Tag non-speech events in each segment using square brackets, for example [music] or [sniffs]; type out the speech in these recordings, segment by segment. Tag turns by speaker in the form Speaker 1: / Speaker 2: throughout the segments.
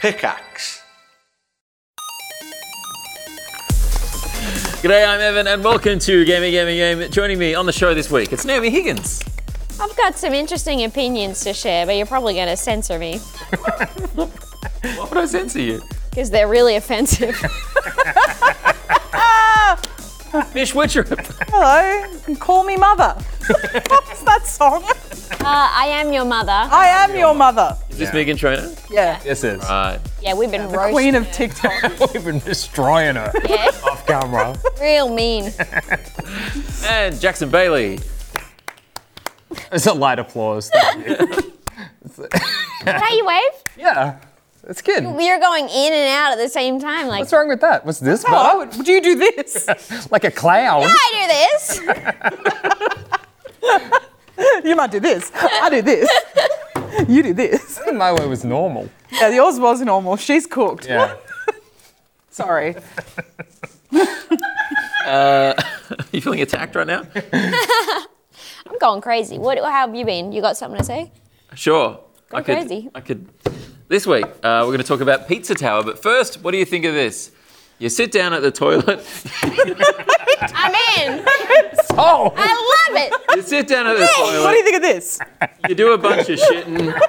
Speaker 1: Pickaxe.
Speaker 2: G'day, I'm Evan, and welcome to Gaming Gaming Game. Joining me on the show this week, it's Naomi Higgins.
Speaker 3: I've got some interesting opinions to share, but you're probably going to censor me
Speaker 2: Why would I censor you?
Speaker 3: because they're really offensive. [laughs]
Speaker 2: Mish [laughs] Witcherup.
Speaker 4: Hello, call me mother. What's that song?
Speaker 3: uh, I am your mother.
Speaker 4: I am your mother.
Speaker 2: Is this Megan Trainer?
Speaker 4: Yeah.
Speaker 5: Yes, it is.
Speaker 2: Uh,
Speaker 3: Yeah, we've been roasting.
Speaker 4: Queen of TikTok.
Speaker 5: [laughs] We've been destroying her
Speaker 3: Yeah,
Speaker 5: off camera.
Speaker 3: real [laughs] mean.
Speaker 2: and Jackson Bailey.
Speaker 5: It's a light applause. Thank you.
Speaker 3: Hey, you wave.
Speaker 5: yeah, it's good.
Speaker 3: You're going in and out at the same time. Like,
Speaker 5: What's wrong with that? What's this?
Speaker 4: Oh, I
Speaker 5: Bob?
Speaker 4: would, would you do this?
Speaker 5: [laughs] Like a clown.
Speaker 3: I do this.
Speaker 4: You might do this. I do this. You do this.
Speaker 5: My way was normal.
Speaker 4: Yeah, yours was normal. She's cooked.
Speaker 5: Yeah.
Speaker 4: Sorry.
Speaker 2: Are you feeling attacked right now?
Speaker 3: I'm going crazy. What? How have you been? You got something to say?
Speaker 2: Sure. I could,
Speaker 3: crazy.
Speaker 2: I could. This week, uh, we're going to talk about Pizza Tower, but first, what do you think of this? You sit down at the toilet. [laughs]
Speaker 3: I'm in.
Speaker 5: Oh,
Speaker 3: [laughs] I love it.
Speaker 2: You sit down at the
Speaker 4: What do
Speaker 2: toilet.
Speaker 4: you think of this?
Speaker 2: You do a bunch of shitting.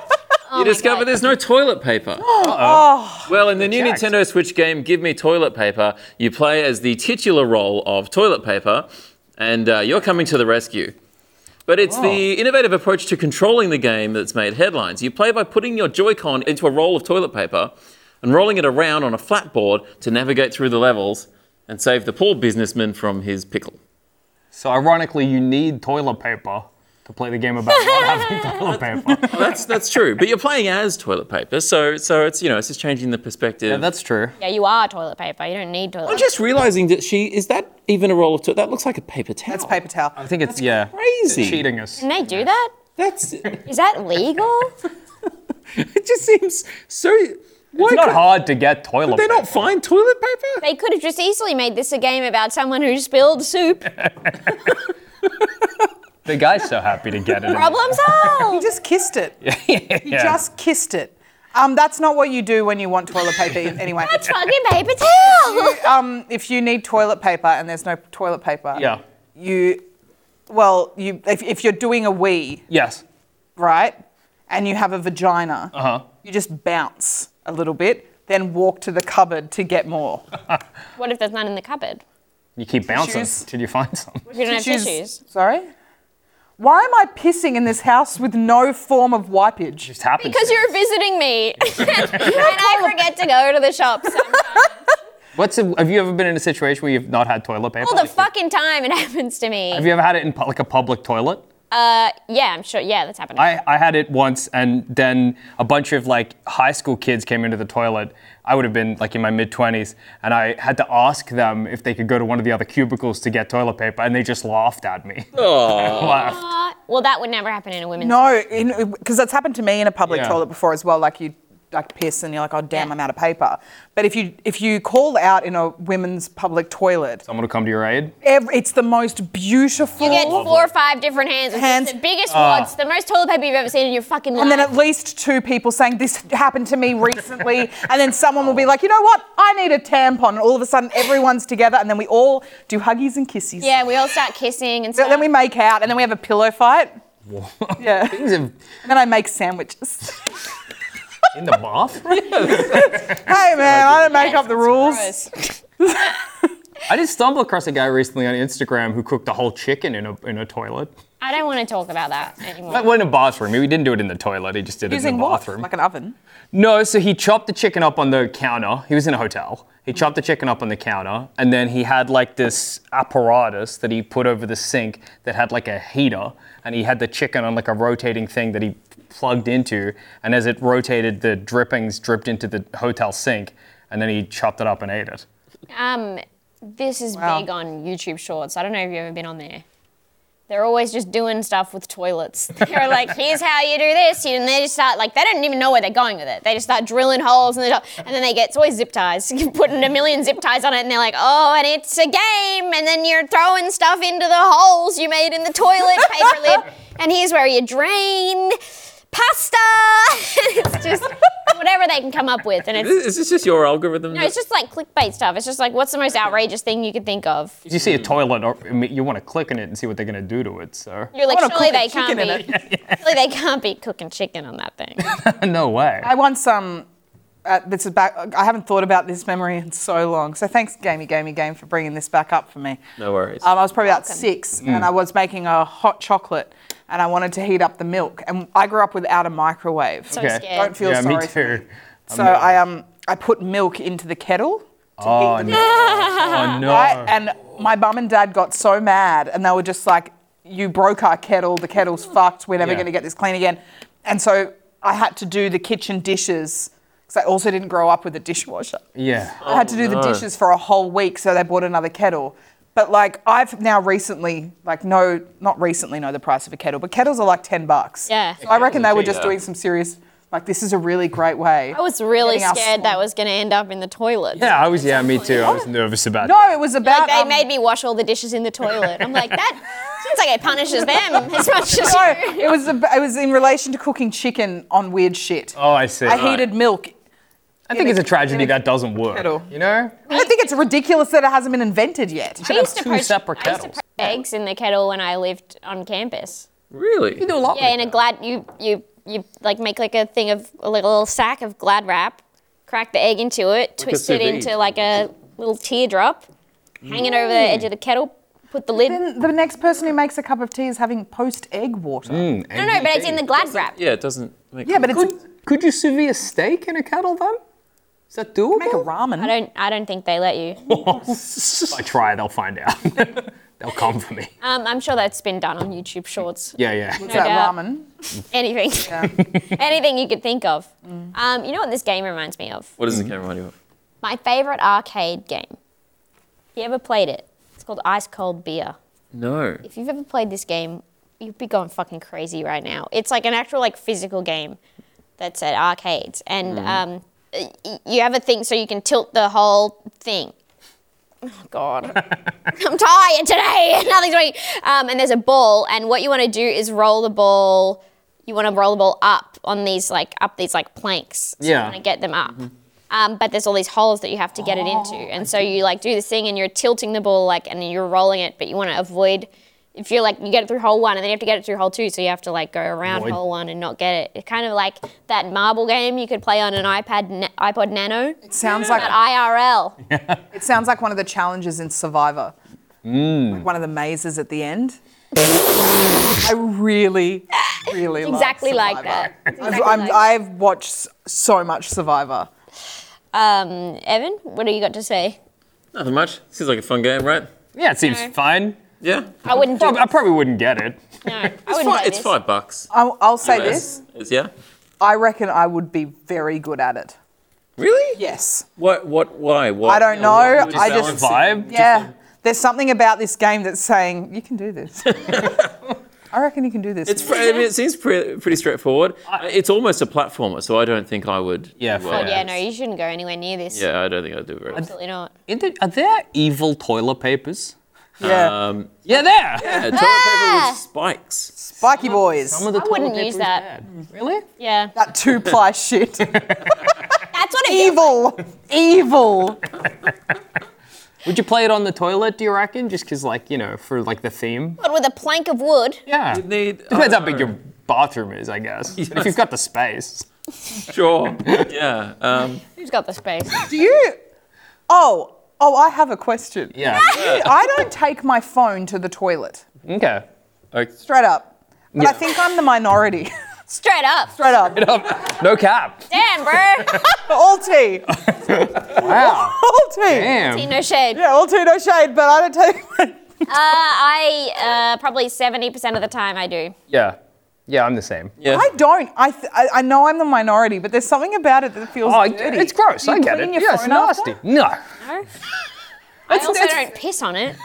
Speaker 2: you discover
Speaker 3: God.
Speaker 2: there's no toilet paper. Well, in the new
Speaker 5: Jacked.
Speaker 2: Nintendo Switch game, Give Me Toilet Paper, you play as the titular role of toilet paper, and uh, you're coming to the rescue. But it's the innovative approach to controlling the game that's made headlines. You play by putting your Joy-Con into a roll of toilet paper and rolling it around on a flat board to navigate through the levels and save the poor businessman from his pickle.
Speaker 5: So ironically, you need toilet paper to play the game about not
Speaker 4: [laughs]
Speaker 5: having toilet paper.
Speaker 2: That's, that's true, but you're playing as toilet paper, so, so it's, you know, it's just changing the perspective.
Speaker 5: Yeah, that's true.
Speaker 3: Yeah, you are toilet paper. You don't need toilet.
Speaker 2: I'm just realizing that she is that even a roll of toilet? That looks like a paper towel.
Speaker 4: That's paper towel.
Speaker 5: I think it's yeah.
Speaker 2: crazy.
Speaker 5: Cheating us.
Speaker 3: Can they do that?
Speaker 2: That's
Speaker 3: Is that [laughs] legal?
Speaker 2: it. Just seems so. Why
Speaker 5: It's not
Speaker 2: could-
Speaker 5: hard to get toilet
Speaker 2: Could they
Speaker 5: paper.
Speaker 2: not find toilet paper?
Speaker 3: they could have just easily made this a game about someone who spilled soup.
Speaker 5: The guy's so happy to get it.
Speaker 3: Problem
Speaker 4: You
Speaker 3: [laughs] solved.
Speaker 4: just kissed it. You
Speaker 5: Yeah.
Speaker 4: just kissed it. Um, that's not what you do when you want toilet paper in- anyway.
Speaker 3: That's fucking paper towel.
Speaker 4: Um, if you need toilet paper and there's no toilet paper,
Speaker 5: Yeah.
Speaker 4: you, well, you if, if you're doing a wee,
Speaker 5: Yes.
Speaker 4: right? And you have a vagina.
Speaker 5: Uh-huh.
Speaker 4: You just bounce a little bit, then walk to the cupboard to get more.
Speaker 3: What if there's none in the cupboard?
Speaker 5: You keep bouncing
Speaker 4: Tissues.
Speaker 5: till you find some.
Speaker 3: If you don't have
Speaker 4: Tissues-
Speaker 3: tissues.
Speaker 4: Sorry? Why am I pissing in this house with no form of wipeage?
Speaker 5: Just happens.
Speaker 3: Because you're visiting me, [laughs] and
Speaker 4: [laughs]
Speaker 3: I forget to go to the shop [laughs] some-
Speaker 5: What's a, have you ever been in a situation where you've not had toilet paper?
Speaker 3: all the
Speaker 5: Like,
Speaker 3: fucking time. It happens to me.
Speaker 5: Have you ever had it in pu- like a public toilet?
Speaker 3: Uh, yeah, I'm sure. Yeah, that's happened.
Speaker 5: I, I had it once, and then a bunch of like high school kids came into the toilet. I would have been like in my mid 20s, and I had to ask them if they could go to one of the other cubicles to get toilet paper, and they just laughed at me. [laughs] Laughed.
Speaker 3: Uh, well, that would never happen in a women's.
Speaker 4: No, because that's happened to me in a public
Speaker 5: Yeah.
Speaker 4: toilet before as well. Like you like piss and you're like, oh damn,
Speaker 3: Yeah.
Speaker 4: I'm out of paper. But if you if you call out in a women's public toilet,
Speaker 5: Someone will come to your aid.
Speaker 4: ev it's the most beautiful.
Speaker 3: You get four or five different hands. with
Speaker 4: Hands. Ah.
Speaker 3: The biggest wads, the most toilet paper you've ever seen in your fucking life.
Speaker 4: and then at least two people saying this happened to me recently and then someone will be like you know what i need a tampon and all of a sudden everyone's together and then we all do huggies and kisses
Speaker 3: yeah, we all start kissing and stuff.
Speaker 4: then we make out and then we have a pillow fight [laughs] yeah
Speaker 5: [laughs] Things have-
Speaker 4: and then i make sandwiches
Speaker 5: in the
Speaker 4: [laughs]
Speaker 5: bathroom?
Speaker 4: hey man i don't make up the rules
Speaker 3: Gross.
Speaker 5: I did stumble across a guy recently on Instagram who cooked a whole chicken in a, in a toilet.
Speaker 3: I don't want to talk about that anymore.
Speaker 5: Like, well, in a bathroom. He didn't do it in the toilet, he just did it in
Speaker 4: using
Speaker 5: the
Speaker 4: what
Speaker 5: bathroom.
Speaker 4: like an oven
Speaker 5: No, so he chopped the chicken up on the counter. He was in a hotel. He chopped the chicken up on the counter, and then he had like this apparatus that he put over the sink that had like a heater, and he had the chicken on like a rotating thing that he plugged into, and as it rotated, the drippings dripped into the hotel sink, and then he chopped it up and ate it.
Speaker 3: Um, this is
Speaker 4: Wow.
Speaker 3: big on YouTube Shorts. I don't know if you've ever been on there. They're always just doing stuff with toilets. [laughs] They're like, here's how you do this, and they just start like they don't even know where they're going with it. They just start drilling holes, and, and then they get it's always zip ties. [laughs] You're putting a million zip ties on it, and they're like, oh, and it's a game, and then you're throwing stuff into the holes you made in the toilet paper lid, [laughs] and here's where you drain pasta. it's just whatever they can come up with, and it's
Speaker 2: Is this just your algorithm?
Speaker 3: no, it's just like clickbait stuff. It's just like what's the most outrageous thing you could think of.
Speaker 5: If you see a toilet, or, I mean, you want to click on it and see what they're going to do to it. So
Speaker 3: You're like,
Speaker 4: wanna
Speaker 3: surely
Speaker 4: cook a
Speaker 3: they can't
Speaker 4: chicken
Speaker 3: be, [laughs]
Speaker 4: in
Speaker 3: surely they can't be cooking chicken on that thing.
Speaker 5: no way.
Speaker 4: I want some. Uh, this is back. I haven't thought about this memory in so long. So thanks, Gamey Gamey Game, for bringing this back up for me.
Speaker 2: No worries.
Speaker 4: Um, I was probably about six,
Speaker 5: Mm.
Speaker 4: and I was making a hot chocolate, and I wanted to heat up the milk. And I grew up without a microwave,
Speaker 3: So
Speaker 5: Okay.
Speaker 3: scared.
Speaker 4: Don't feel
Speaker 5: yeah,
Speaker 4: sorry
Speaker 5: me
Speaker 4: for
Speaker 5: too.
Speaker 4: so I um I put milk into the kettle to
Speaker 5: Oh
Speaker 4: heat the
Speaker 5: no! oh no!
Speaker 4: Right? And my mum and dad got so mad, and they were just like, "You broke our kettle. The kettle's fucked. We're never
Speaker 5: Yeah.
Speaker 4: going to get this clean again." And so I had to do the kitchen dishes because I also didn't grow up with a dishwasher.
Speaker 5: yeah.
Speaker 4: I had to do
Speaker 2: Oh, no.
Speaker 4: the dishes for a whole week, so they bought another kettle. But like I've now recently, like no, not recently know the price of a kettle, but kettles are like ten bucks.
Speaker 3: Yeah.
Speaker 4: So I reckon they were just
Speaker 2: Yeah.
Speaker 4: doing some serious. Like this is a really great way.
Speaker 3: I was really
Speaker 4: Getting our
Speaker 3: scared that was going to end up in the toilet.
Speaker 5: Yeah, I was. Yeah, me too. I was nervous about.
Speaker 4: No, it was about.
Speaker 3: Like they
Speaker 4: um,
Speaker 3: made me wash all the dishes in the toilet. I'm like,
Speaker 4: [laughs]
Speaker 3: that seems like it punishes them as much as
Speaker 4: no,
Speaker 3: you.
Speaker 4: it was. ab it was in relation to cooking chicken on weird shit.
Speaker 5: Oh, I see.
Speaker 4: I heated milk.
Speaker 5: I think
Speaker 4: in
Speaker 5: it's
Speaker 4: a-
Speaker 5: a tragedy
Speaker 4: in a
Speaker 5: that doesn't work.
Speaker 4: kettle.
Speaker 5: You know?
Speaker 4: I don't think it's ridiculous that it hasn't been invented yet.
Speaker 3: I used to
Speaker 5: two
Speaker 3: poach,
Speaker 5: separate
Speaker 3: I used to
Speaker 5: kettles.
Speaker 3: poach eggs in the kettle when I lived on campus.
Speaker 2: really?
Speaker 4: do a lot.
Speaker 3: Yeah, in a glad you you you like make like a thing of a little sack of glad wrap, crack the egg into it, twist
Speaker 2: sous
Speaker 3: it
Speaker 2: vide.
Speaker 3: into like a little teardrop, hang it over the edge of the kettle, put the lid. No,
Speaker 4: Then the next person who makes a cup of tea is having post egg water.
Speaker 2: Mm.
Speaker 5: No,
Speaker 3: no, but it's in the glad wrap.
Speaker 2: Yeah, it doesn't make
Speaker 4: Yeah, but it's
Speaker 5: Could you sous vide a steak in a kettle then? Is that doable?
Speaker 4: make a
Speaker 3: I
Speaker 4: ramen.
Speaker 3: don't I don't think they let you.
Speaker 5: If I try, they'll find out. [laughs] they'll come for me.
Speaker 3: Um, I'm sure that's been done on YouTube Shorts.
Speaker 5: Yeah, yeah.
Speaker 4: It's that
Speaker 3: doubt.
Speaker 4: ramen.
Speaker 2: [laughs]
Speaker 3: Anything, anything you could think of.
Speaker 2: Mm.
Speaker 3: Um, you know what this game reminds me of?
Speaker 2: What does the camera remind you of?
Speaker 3: My favorite arcade game. If you ever played it, it's called Ice Cold Beer.
Speaker 2: No.
Speaker 3: if you've ever played this game, you'd be going fucking crazy right now. It's like an actual like physical game that's at arcades, and um, y- y- you have a thing so you can tilt the whole thing. Oh God, I'm tired today. [laughs] Nothing's working. Um, and there's a ball, and what you want to do is roll the ball. You want to roll the ball up on these like up these like planks. So
Speaker 5: Yeah.
Speaker 3: You want to get them up. Um, but there's all these holes that you have to get it into. And so you like do this thing and you're tilting the ball like and you're rolling it, but you want to avoid if you're like you get it through hole one and then you have to get it through hole two, so you have to like go around
Speaker 5: Avoid.
Speaker 3: hole one and not get it. It's kind of like that marble game you could play on an iPad na- iPod Nano.
Speaker 4: It sounds like
Speaker 3: But IRL.
Speaker 4: it sounds like one of the challenges in Survivor. Like one of the mazes at the end. I really, really like
Speaker 3: exactly like
Speaker 4: Survivor.
Speaker 3: that. It's
Speaker 4: I've,
Speaker 3: exactly
Speaker 4: I'm,
Speaker 3: like that.
Speaker 4: I've watched s- so much Survivor.
Speaker 3: Um, Evan, what do you got to say?
Speaker 2: Nothing much. Seems like a fun game, right?
Speaker 5: Yeah, it seems fine.
Speaker 2: Yeah.
Speaker 3: I wouldn't do.
Speaker 5: Prob- I probably wouldn't get it.
Speaker 3: No, I wouldn't
Speaker 2: It's,
Speaker 3: play
Speaker 2: five, it's
Speaker 3: this.
Speaker 2: five bucks.
Speaker 4: I'll, I'll say this.
Speaker 2: It's- yeah.
Speaker 4: I reckon I would be very good at it.
Speaker 2: Really?
Speaker 4: Yes.
Speaker 2: What? What? Why? What?
Speaker 4: I don't know. I
Speaker 5: Just
Speaker 4: just
Speaker 5: vibe.
Speaker 4: Yeah. There's something about this game that's saying you can do this. I reckon you can do this.
Speaker 2: It's. Pre- I mean, it seems pre- pretty straightforward. it's almost a platformer, so I don't think I would.
Speaker 5: Yeah,
Speaker 2: do
Speaker 5: fair.
Speaker 2: well.
Speaker 3: Oh, Yeah, no, you shouldn't go anywhere near this.
Speaker 2: Yeah, I don't think I'd do very. Well.
Speaker 3: Absolutely not.
Speaker 5: Are there- Are there evil toilet papers?
Speaker 4: yeah.
Speaker 2: Um,
Speaker 5: Yeah, there.
Speaker 2: yeah,
Speaker 3: [laughs]
Speaker 2: toilet paper with spikes.
Speaker 4: Spiky boys.
Speaker 5: Some of the
Speaker 3: I wouldn't
Speaker 5: toilet paper
Speaker 3: use
Speaker 5: is
Speaker 3: that.
Speaker 5: bad. Mm, Really?
Speaker 3: Yeah.
Speaker 4: that two ply shit.
Speaker 3: That's what it feels
Speaker 4: evil. Evil.
Speaker 5: Would you play it on the toilet? Do you reckon? Just because, like, you know, for like the theme.
Speaker 3: like with a plank of wood.
Speaker 5: Yeah.
Speaker 2: You'd need.
Speaker 5: Depends
Speaker 2: I
Speaker 5: how
Speaker 2: don't
Speaker 5: big
Speaker 2: know.
Speaker 5: your bathroom is, I guess. But If you've got the space.
Speaker 2: Sure. yeah. Um,
Speaker 3: Who's got the space?
Speaker 4: Do you? Oh, oh, I have a question.
Speaker 5: Yeah.
Speaker 4: I don't take my phone to the toilet.
Speaker 5: [laughs] okay.
Speaker 4: Straight up. But
Speaker 5: Yeah.
Speaker 4: I think I'm the minority. [laughs]
Speaker 3: Straight up.
Speaker 4: Straight up.
Speaker 5: No cap.
Speaker 3: Damn,
Speaker 4: [laughs]
Speaker 3: bro.
Speaker 4: All tea.
Speaker 5: Wow.
Speaker 4: [laughs] All tea.
Speaker 3: See,
Speaker 5: Damn.
Speaker 3: no shade.
Speaker 4: Yeah, all tea, no shade, but I don't take my
Speaker 3: Uh, I uh, probably 70% of the time I do.
Speaker 5: Yeah. Yeah, I'm the same.
Speaker 2: yeah.
Speaker 4: I don't. I, th- I I know I'm the minority, but there's something about it that feels
Speaker 5: Oh, I-
Speaker 4: dirty.
Speaker 5: it's gross.
Speaker 4: Do you
Speaker 5: I get it.
Speaker 4: clean your
Speaker 5: Yeah, it's
Speaker 4: phone
Speaker 5: nasty.
Speaker 4: after?
Speaker 5: No.
Speaker 3: No. I also
Speaker 5: it's-
Speaker 3: don't piss on it.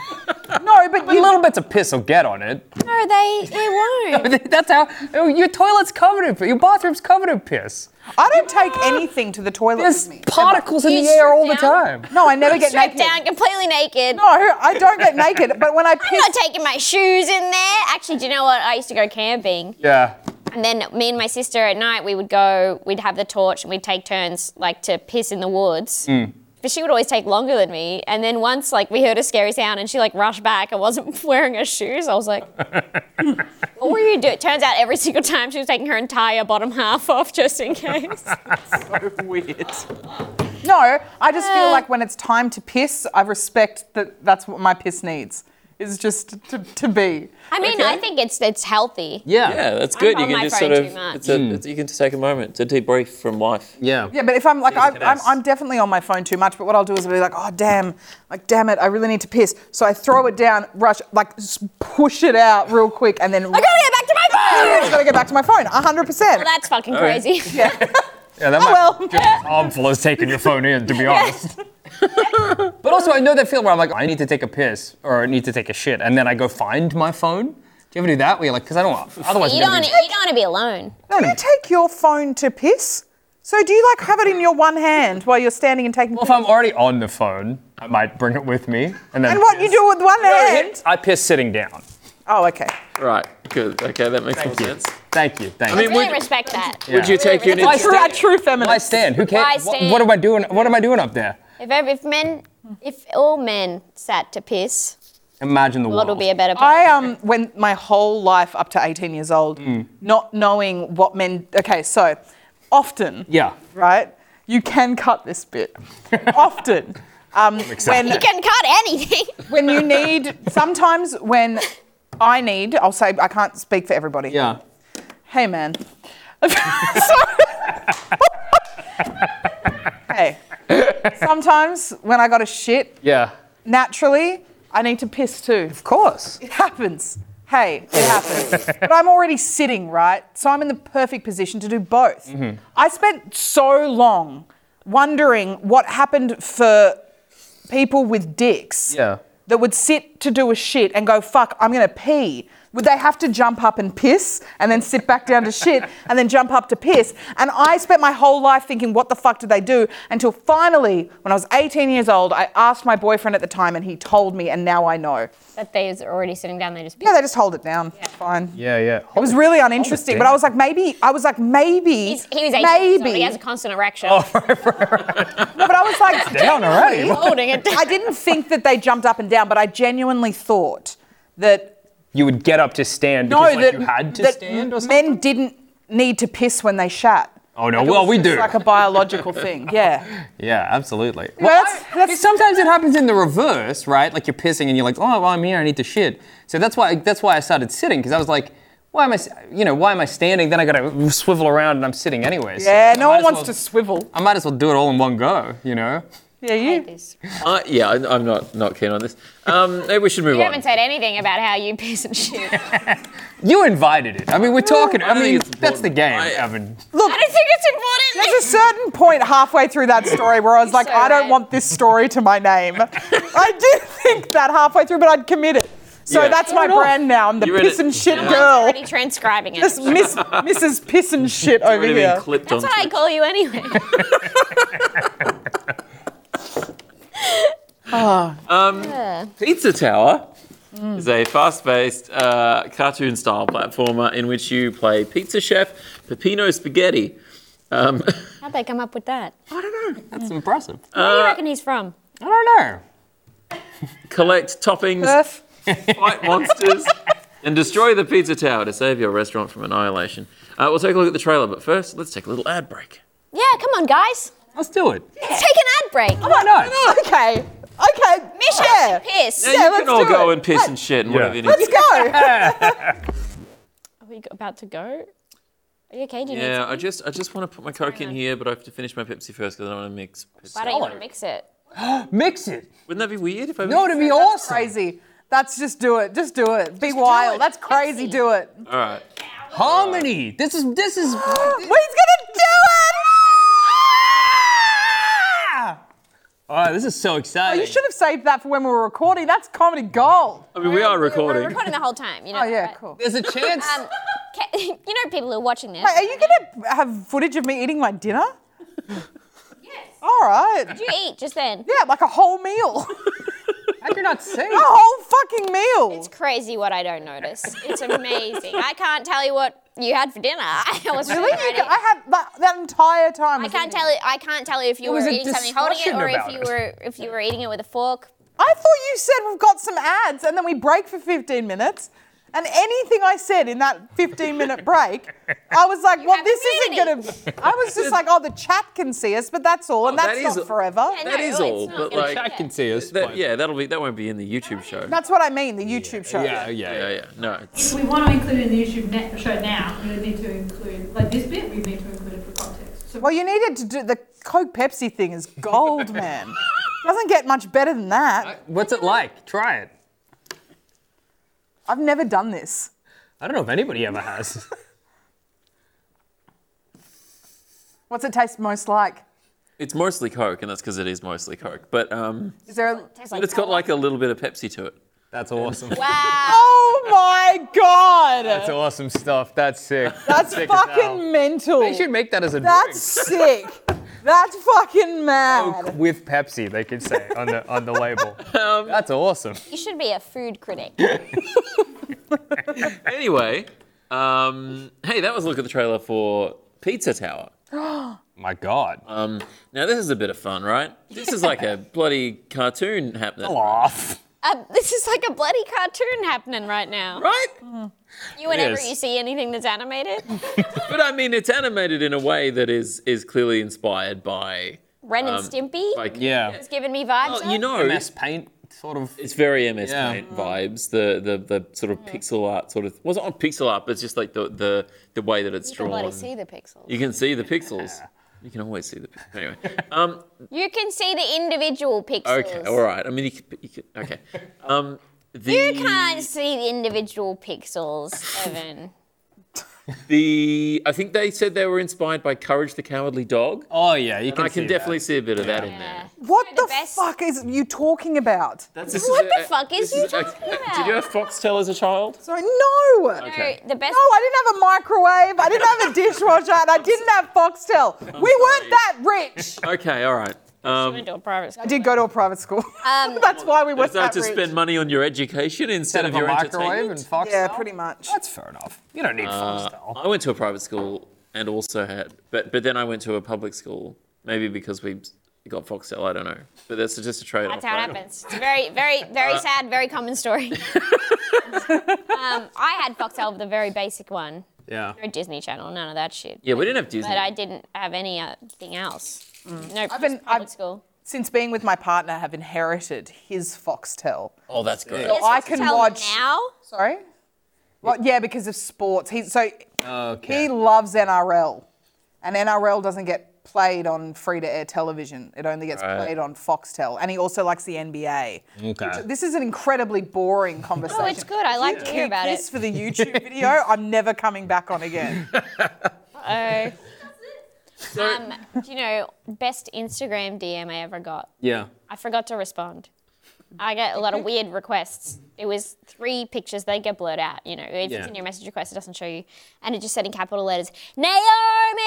Speaker 4: No, but you.
Speaker 5: Little bits of piss will get on it.
Speaker 3: No, they it
Speaker 5: [laughs]
Speaker 3: won't.
Speaker 5: That's how oh, your toilet's covered in piss. Your bathroom's covered in piss.
Speaker 4: I don't take anything to the toilet
Speaker 5: There's
Speaker 4: with me.
Speaker 5: particles in
Speaker 3: You
Speaker 5: the air
Speaker 3: strip
Speaker 5: all the
Speaker 3: down?
Speaker 5: time.
Speaker 4: No, I never get
Speaker 3: Stripped
Speaker 4: naked.
Speaker 3: down, completely naked.
Speaker 4: No, I don't get naked. But when I
Speaker 3: I'm
Speaker 4: piss,
Speaker 3: not taking my shoes in there. Actually, do you know what? I used to go camping
Speaker 5: Yeah.
Speaker 3: And then me and my sister at night, we would go, we'd have the torch and we'd take turns like to piss in the woods.
Speaker 5: Mm.
Speaker 3: But she would always take longer than me. And then once like we heard a scary sound and she like rushed back and wasn't [laughs] wearing her shoes, I
Speaker 5: [laughs]
Speaker 3: was like, what were you doing? Turns out every single time she was taking her entire bottom half [laughs] off just in case.
Speaker 1: So
Speaker 5: [laughs]
Speaker 1: weird.
Speaker 4: No, I just feel
Speaker 5: Eh.
Speaker 3: Uh.
Speaker 4: like when it's time to piss, I respect that that's what my piss needs. Is just to, to be.
Speaker 3: I mean, I think it's it's healthy.
Speaker 5: Yeah.
Speaker 2: Yeah, that's good.
Speaker 3: on
Speaker 2: You can
Speaker 3: my
Speaker 2: just
Speaker 3: phone
Speaker 2: sort of,
Speaker 3: too much.
Speaker 2: it's a, it's, you can just take a moment to debrief from life.
Speaker 5: Hmm. Yeah.
Speaker 4: Yeah, but if I'm like,
Speaker 2: Jesus
Speaker 4: I'm, I'm,
Speaker 2: Christ.
Speaker 4: I'm definitely on my phone too much, but what I'll do is I'll be like, oh, damn, like, damn it, I really need to piss. So I throw it down, rush, like, s- push it out real quick, and then. I
Speaker 3: I gotta
Speaker 4: [laughs]
Speaker 3: get back to my
Speaker 5: [laughs]
Speaker 4: just
Speaker 3: phone!
Speaker 4: gotta get back to my phone, 100%.
Speaker 3: That's fucking
Speaker 2: right.
Speaker 3: crazy.
Speaker 5: Yeah, that
Speaker 4: Oh,
Speaker 5: might be
Speaker 4: well.
Speaker 5: just as harmful as taking your phone in, to
Speaker 4: [laughs]
Speaker 5: be honest. but also, I know that feeling where I'm like, I need to take a piss or I need to take a shit, and then I go find my phone. Do you ever do that? Where you're like, because I don't want, otherwise,
Speaker 3: [laughs] You
Speaker 5: I'm
Speaker 3: don't,
Speaker 5: gonna
Speaker 3: wanna,
Speaker 5: be-
Speaker 3: you don't wanna be alone.
Speaker 4: Do you take your phone to piss? So do you, like, have it in your one hand while you're standing and taking
Speaker 5: Well, if I'm already on the phone, I might bring it with me, and then.
Speaker 4: And what you do with one
Speaker 5: No,
Speaker 4: hand?
Speaker 5: hit- I piss sitting down.
Speaker 4: Oh, okay.
Speaker 2: Right. Good. Okay, that makes more sense.
Speaker 5: Thank you. Thank
Speaker 2: I mean,
Speaker 5: you.
Speaker 3: Really
Speaker 2: would-
Speaker 3: respect that.
Speaker 5: Yeah.
Speaker 2: Would you take your
Speaker 3: Why
Speaker 2: ninja?
Speaker 4: True, a true feminist.
Speaker 5: Why stand? Who cares?
Speaker 3: Why
Speaker 5: What-
Speaker 3: stand?
Speaker 5: What, am I doing? What am I doing up there?
Speaker 3: If, ev- if men, if all men sat to piss,
Speaker 5: Imagine the
Speaker 3: the world
Speaker 5: world.
Speaker 3: would be a better place.
Speaker 4: I um when my whole life up to 18 years old,
Speaker 5: Mm.
Speaker 4: not knowing what men. Okay, so often,
Speaker 5: yeah.
Speaker 4: right? You can cut this
Speaker 5: [laughs]
Speaker 4: bit. [laughs] often, um, when
Speaker 3: You can cut anything.
Speaker 4: when you need. Sometimes when I need, I'll say I can't speak for everybody.
Speaker 5: Yeah. [laughs]
Speaker 4: Hey, man. Sorry. hey. Sometimes when I got a shit,
Speaker 5: Yeah.
Speaker 4: naturally, I need to piss too.
Speaker 5: Of course.
Speaker 4: It happens. Hey, it happens. but I'm already sitting, right? So I'm in the perfect position to do both. I spent so long wondering what happened for people with dicks
Speaker 5: Yeah.
Speaker 4: that would sit to do a shit and go, fuck, I'm gonna pee. Would they have to jump up and piss and then sit back down to shit and then jump up to piss? And I spent my whole life thinking, what the fuck did they do? Until finally, when I was 18 years old, I asked my boyfriend at the time and he told me, and now I know.
Speaker 3: [laughs] But they are already sitting down. They just
Speaker 4: Yeah, they just hold it down. Fine.
Speaker 5: Yeah. Yeah.
Speaker 4: It was really uninteristing, but I was like, maybe, I was like, maybe,
Speaker 3: He's, he was 18 years old.
Speaker 4: maybe. Oh.
Speaker 3: He has a constant [laughs] erection.
Speaker 4: no, but I was
Speaker 5: [laughs]
Speaker 4: like,
Speaker 5: Down already.
Speaker 4: genuinely,
Speaker 3: Holding it down.
Speaker 4: I didn't think that they jumped up and down, but I genuinely thought that
Speaker 5: You would get up to stand
Speaker 4: No,
Speaker 5: because like,
Speaker 4: that,
Speaker 5: you had to
Speaker 4: that
Speaker 5: stand or something.
Speaker 4: men didn't need to piss when they shat.
Speaker 5: Oh no.
Speaker 4: Like, it
Speaker 5: Well,
Speaker 4: was
Speaker 5: we
Speaker 4: just
Speaker 5: do.
Speaker 4: like a biological
Speaker 5: [laughs]
Speaker 4: thing. Yeah.
Speaker 5: Yeah, absolutely.
Speaker 4: Well, that's-
Speaker 5: I-
Speaker 4: that's-
Speaker 5: sometimes it happens in the reverse, right? Like you're pissing and you're like, oh, well, I'm here, I need to shit. So that's why that's why I started sitting because I was like, why am I, s- you know, why am I standing? Then I got to swivel around and I'm sitting anyways.
Speaker 4: Yeah.
Speaker 5: So I
Speaker 4: No
Speaker 5: might
Speaker 4: one
Speaker 5: as
Speaker 4: wants
Speaker 5: well-
Speaker 4: to swivel.
Speaker 5: I might as well do it all in one go, you know.
Speaker 4: Yeah, you.
Speaker 3: You
Speaker 2: Uh, yeah, I- I'm not not keen on this. Um, maybe we should move on.
Speaker 3: haven't said anything about how you piss and
Speaker 4: [laughs]
Speaker 3: shit. I
Speaker 5: You invited it. I mean, we're talking. I,
Speaker 2: don't
Speaker 5: mean,
Speaker 2: think it's
Speaker 5: that's the
Speaker 2: important.
Speaker 5: game,
Speaker 2: I-
Speaker 5: Evan.
Speaker 4: Look,
Speaker 3: don't think it's important.
Speaker 4: there's a certain point halfway through that story where I was like,
Speaker 3: so
Speaker 4: I don't
Speaker 3: right.
Speaker 4: want this story to my name. I did think that halfway through, but I'd commit it. So
Speaker 2: Yeah.
Speaker 4: that's
Speaker 2: Fair
Speaker 4: my
Speaker 2: enough.
Speaker 4: brand now. I'm the
Speaker 2: You read
Speaker 4: piss
Speaker 2: it.
Speaker 4: and shit
Speaker 2: Oh, Yeah.
Speaker 3: I'm [laughs]
Speaker 4: girl.
Speaker 3: already transcribing it.
Speaker 4: This Miss, Mrs. Piss
Speaker 2: [laughs]
Speaker 4: and shit over
Speaker 2: Would have been
Speaker 4: here.
Speaker 2: clipped
Speaker 3: That's
Speaker 2: on.
Speaker 3: what I call you
Speaker 4: [laughs]
Speaker 3: anyway.
Speaker 2: Pizza Tower
Speaker 4: Mm.
Speaker 2: is a fast paced uh, cartoon style platformer in which you play pizza chef Peppino Spaghetti. Um,
Speaker 3: How'd they come up with that?
Speaker 5: I don't know. That's impressive.
Speaker 2: Uh,
Speaker 3: Where do you reckon he's from?
Speaker 5: I don't know.
Speaker 2: collect toppings,
Speaker 4: Earth.
Speaker 2: fight monsters, and destroy the pizza tower to save your restaurant from annihilation. Uh, we'll take a look at the trailer, but first, let's take a little ad break.
Speaker 3: Yeah, come on, guys.
Speaker 5: Let's do it.
Speaker 3: Let's take an ad break.
Speaker 5: Why not?
Speaker 4: Okay. Okay.
Speaker 3: Mission
Speaker 4: Yeah.
Speaker 3: piss.
Speaker 2: you
Speaker 4: let's
Speaker 2: can all
Speaker 4: do
Speaker 2: go
Speaker 4: it.
Speaker 2: and piss and shit and
Speaker 5: Yeah.
Speaker 2: whatever you need.
Speaker 4: Let's go.
Speaker 3: Are we about to go? Are you okay? Do you need
Speaker 2: Yeah, I
Speaker 3: something?
Speaker 2: just I just want to put my Coke in here, but I have to finish my Pepsi first because I don't want to mix.
Speaker 3: Why don't you want to mix it?
Speaker 5: Mix it.
Speaker 2: Wouldn't that be weird if I
Speaker 5: No,
Speaker 2: mixed
Speaker 5: it'd be
Speaker 2: it?
Speaker 5: awesome.
Speaker 4: crazy. That's just do it. Just do it. Be wild.
Speaker 3: it.
Speaker 4: That's crazy.
Speaker 3: Pepsi.
Speaker 4: Do it. [gasps]
Speaker 2: All right.
Speaker 5: Harmony. This is this is. Oh,
Speaker 4: We's gonna do it. Ah!
Speaker 5: All right, this is so exciting.
Speaker 4: Oh, You should have saved that for when we were recording. That's comedy gold.
Speaker 2: I mean, we are recording.
Speaker 3: We're recording the whole time. You know.
Speaker 4: Oh yeah,
Speaker 3: Oh, right?
Speaker 4: cool.
Speaker 5: There's a chance.
Speaker 3: Um, ca- [laughs] you know people who are watching this.
Speaker 4: Wait, are you gonna have footage of me eating my dinner? All right.
Speaker 3: Did you eat just then?
Speaker 4: Yeah, like a
Speaker 3: [laughs]
Speaker 4: whole meal.
Speaker 5: How'd you not say?
Speaker 4: Oh, a whole fucking meal.
Speaker 3: It's crazy what I don't notice. It's amazing. I can't tell you what you had for dinner. [laughs] I was
Speaker 4: Really?
Speaker 3: really
Speaker 4: You- I had that, that entire time.
Speaker 3: I
Speaker 4: was
Speaker 3: can't
Speaker 4: eating.
Speaker 3: tell you. I can't tell you if you
Speaker 5: was
Speaker 3: were
Speaker 5: a
Speaker 3: eating something holding it
Speaker 5: discussion
Speaker 3: or
Speaker 5: about
Speaker 3: if you
Speaker 5: it.
Speaker 3: were if you were eating it with a fork.
Speaker 4: I thought you said we've got some ads and then we break for 15 minutes. And anything I said in that
Speaker 3: [laughs]
Speaker 4: 15 minute break, I was like, well,
Speaker 3: have
Speaker 4: this isn't going to. I
Speaker 3: [laughs]
Speaker 4: was just like, oh, the chat can see us, but that's all. And
Speaker 2: Oh, that
Speaker 4: that's
Speaker 2: is
Speaker 4: not
Speaker 2: a-
Speaker 4: forever.
Speaker 3: Yeah,
Speaker 2: That
Speaker 3: no,
Speaker 2: is
Speaker 3: it's
Speaker 2: all,
Speaker 3: not
Speaker 2: but
Speaker 3: gonna
Speaker 2: like-
Speaker 3: be
Speaker 2: I
Speaker 5: I
Speaker 3: there.
Speaker 5: can see us.
Speaker 2: That, yeah, that'll be that won't be in the YouTube show.
Speaker 4: That's what I mean, the YouTube show.
Speaker 5: yeah, yeah.
Speaker 2: yeah, yeah, no.
Speaker 6: If we want to include it in the YouTube net show now, we would need to include, like this bit, we need to include it for context. So
Speaker 4: Well, you needed to do the Coke Pepsi thing is gold, man. Doesn't get much better than that.
Speaker 5: What's it like? Try it.
Speaker 4: I've never done this.
Speaker 5: I don't know if anybody ever has. [laughs]
Speaker 4: What's it taste most like?
Speaker 2: It's mostly Coke, and that's because it is mostly Coke. But um,
Speaker 4: Is there a.
Speaker 3: Tastes
Speaker 2: but it's got like a little bit of Pepsi to it.
Speaker 5: That's awesome.
Speaker 3: wow.
Speaker 4: Oh my
Speaker 5: That's
Speaker 4: God!
Speaker 5: awesome stuff. That's sick.
Speaker 4: That's
Speaker 5: sick as hell.
Speaker 4: fucking mental.
Speaker 5: They should make that as a
Speaker 4: That's sick. That's fucking
Speaker 5: drink. Coke
Speaker 4: mad.
Speaker 5: with Pepsi, they could say on the on the label. That's awesome.
Speaker 3: You should be a food critic.
Speaker 2: Anyway, um, hey, that was a look at the trailer for Pizza Tower.
Speaker 5: My God.
Speaker 2: Now this is a bit of fun, right? This
Speaker 5: [laughs]
Speaker 2: is like a bloody cartoon happening,
Speaker 5: Laugh.
Speaker 3: Uh, this is like a bloody cartoon happening right now.
Speaker 2: right?
Speaker 3: You whenever
Speaker 5: is.
Speaker 3: you see anything that's animated,
Speaker 2: But I mean, it's animated in a way that is is clearly inspired by
Speaker 3: Ren and
Speaker 2: Um,
Speaker 3: Stimpy.
Speaker 2: like
Speaker 5: Yeah.
Speaker 3: it's giving me vibes.
Speaker 2: Well, you
Speaker 3: of.
Speaker 2: know,
Speaker 5: MS Paint sort of.
Speaker 2: It's very MS
Speaker 5: Yeah.
Speaker 2: Paint vibes. The, the the sort of pixel art sort of wasn't on pixel art, but it's just like the the, the way that it's
Speaker 3: You can
Speaker 2: drawn.
Speaker 3: bloody see the pixels.
Speaker 2: You can see [laughs] the pixels. You can always see the pi- [laughs] anyway. Um,
Speaker 3: You can see the individual pixels.
Speaker 2: okay, all right. I mean, you can, you can, okay. Um, the
Speaker 3: You can't see the individual pixels,
Speaker 2: [laughs]
Speaker 3: Evan.
Speaker 2: the I think they said they were inspired by Courage the Cowardly Dog.
Speaker 5: Oh yeah, you can.
Speaker 2: and I can
Speaker 5: see
Speaker 2: definitely see a bit of that in there.
Speaker 3: Yeah.
Speaker 4: What
Speaker 3: They're
Speaker 4: the,
Speaker 3: the best.
Speaker 4: fuck is you talking about?
Speaker 2: That's, this
Speaker 3: What
Speaker 2: is
Speaker 3: the
Speaker 2: a- uh,
Speaker 3: fuck is
Speaker 2: this
Speaker 3: you
Speaker 2: a-
Speaker 3: talking about?
Speaker 2: [laughs] Did you have Foxtel as a child?
Speaker 4: Sorry, no.
Speaker 2: Okay.
Speaker 3: So the best.
Speaker 4: No, I didn't have a microwave. I didn't have a dishwasher, and I didn't have Foxtel. we weren't
Speaker 2: sorry.
Speaker 4: that rich.
Speaker 2: Okay, all right. Um,
Speaker 3: went to a private school.
Speaker 4: I did go to a private school.
Speaker 3: Um,
Speaker 4: [laughs] That's why we weren't
Speaker 2: so
Speaker 4: that
Speaker 2: to
Speaker 4: rich.
Speaker 2: spend money on your education
Speaker 5: Instead
Speaker 2: instead,
Speaker 5: of
Speaker 2: your
Speaker 5: a microwave
Speaker 2: entertainment?
Speaker 5: and Foxtel.
Speaker 4: yeah, pretty much.
Speaker 5: That's fair enough. You don't need
Speaker 2: Uh,
Speaker 5: Foxtel.
Speaker 2: I went to a private school and also had, but but then I went to a public school, maybe because we got Foxtel. I don't know, but that's just a trade-off.
Speaker 3: That's how it
Speaker 2: right?
Speaker 3: happens. It's very, very, very
Speaker 2: Uh,
Speaker 3: sad, very common
Speaker 2: [laughs]
Speaker 3: story. um, I had Foxtel, the very basic one.
Speaker 5: Yeah.
Speaker 3: No Disney Channel, none of that shit.
Speaker 2: Yeah, we didn't have Disney.
Speaker 3: But I didn't have anything else. No, just
Speaker 4: been-
Speaker 3: public
Speaker 4: Mm. I've-
Speaker 3: school.
Speaker 4: Since being with my partner, I have inherited his Foxtel.
Speaker 2: oh, that's great.
Speaker 3: There's
Speaker 4: I can
Speaker 3: Foxtel
Speaker 4: watch-
Speaker 3: now.
Speaker 4: Sorry. Well, yeah, because of sports. He so
Speaker 5: Okay.
Speaker 4: He loves NRL, and NRL doesn't get played on free to air television. It only gets
Speaker 2: Right.
Speaker 4: played on Foxtel, and he also likes the NBA.
Speaker 5: Okay.
Speaker 4: This is an incredibly boring conversation.
Speaker 3: Oh, it's good. I like to hear
Speaker 4: Keep
Speaker 3: about
Speaker 4: this
Speaker 3: it. [laughs]
Speaker 4: for the YouTube video. I'm never coming back on again.
Speaker 3: Oh.
Speaker 2: So-
Speaker 3: Um, do you know best Instagram DM I ever got?
Speaker 5: Yeah.
Speaker 3: I forgot to respond. I get a lot of weird requests. It was three pictures. They get blurred out. You know, if
Speaker 5: Yeah.
Speaker 3: it's in your message request, it doesn't show you. And it just said in capital letters, Naomi.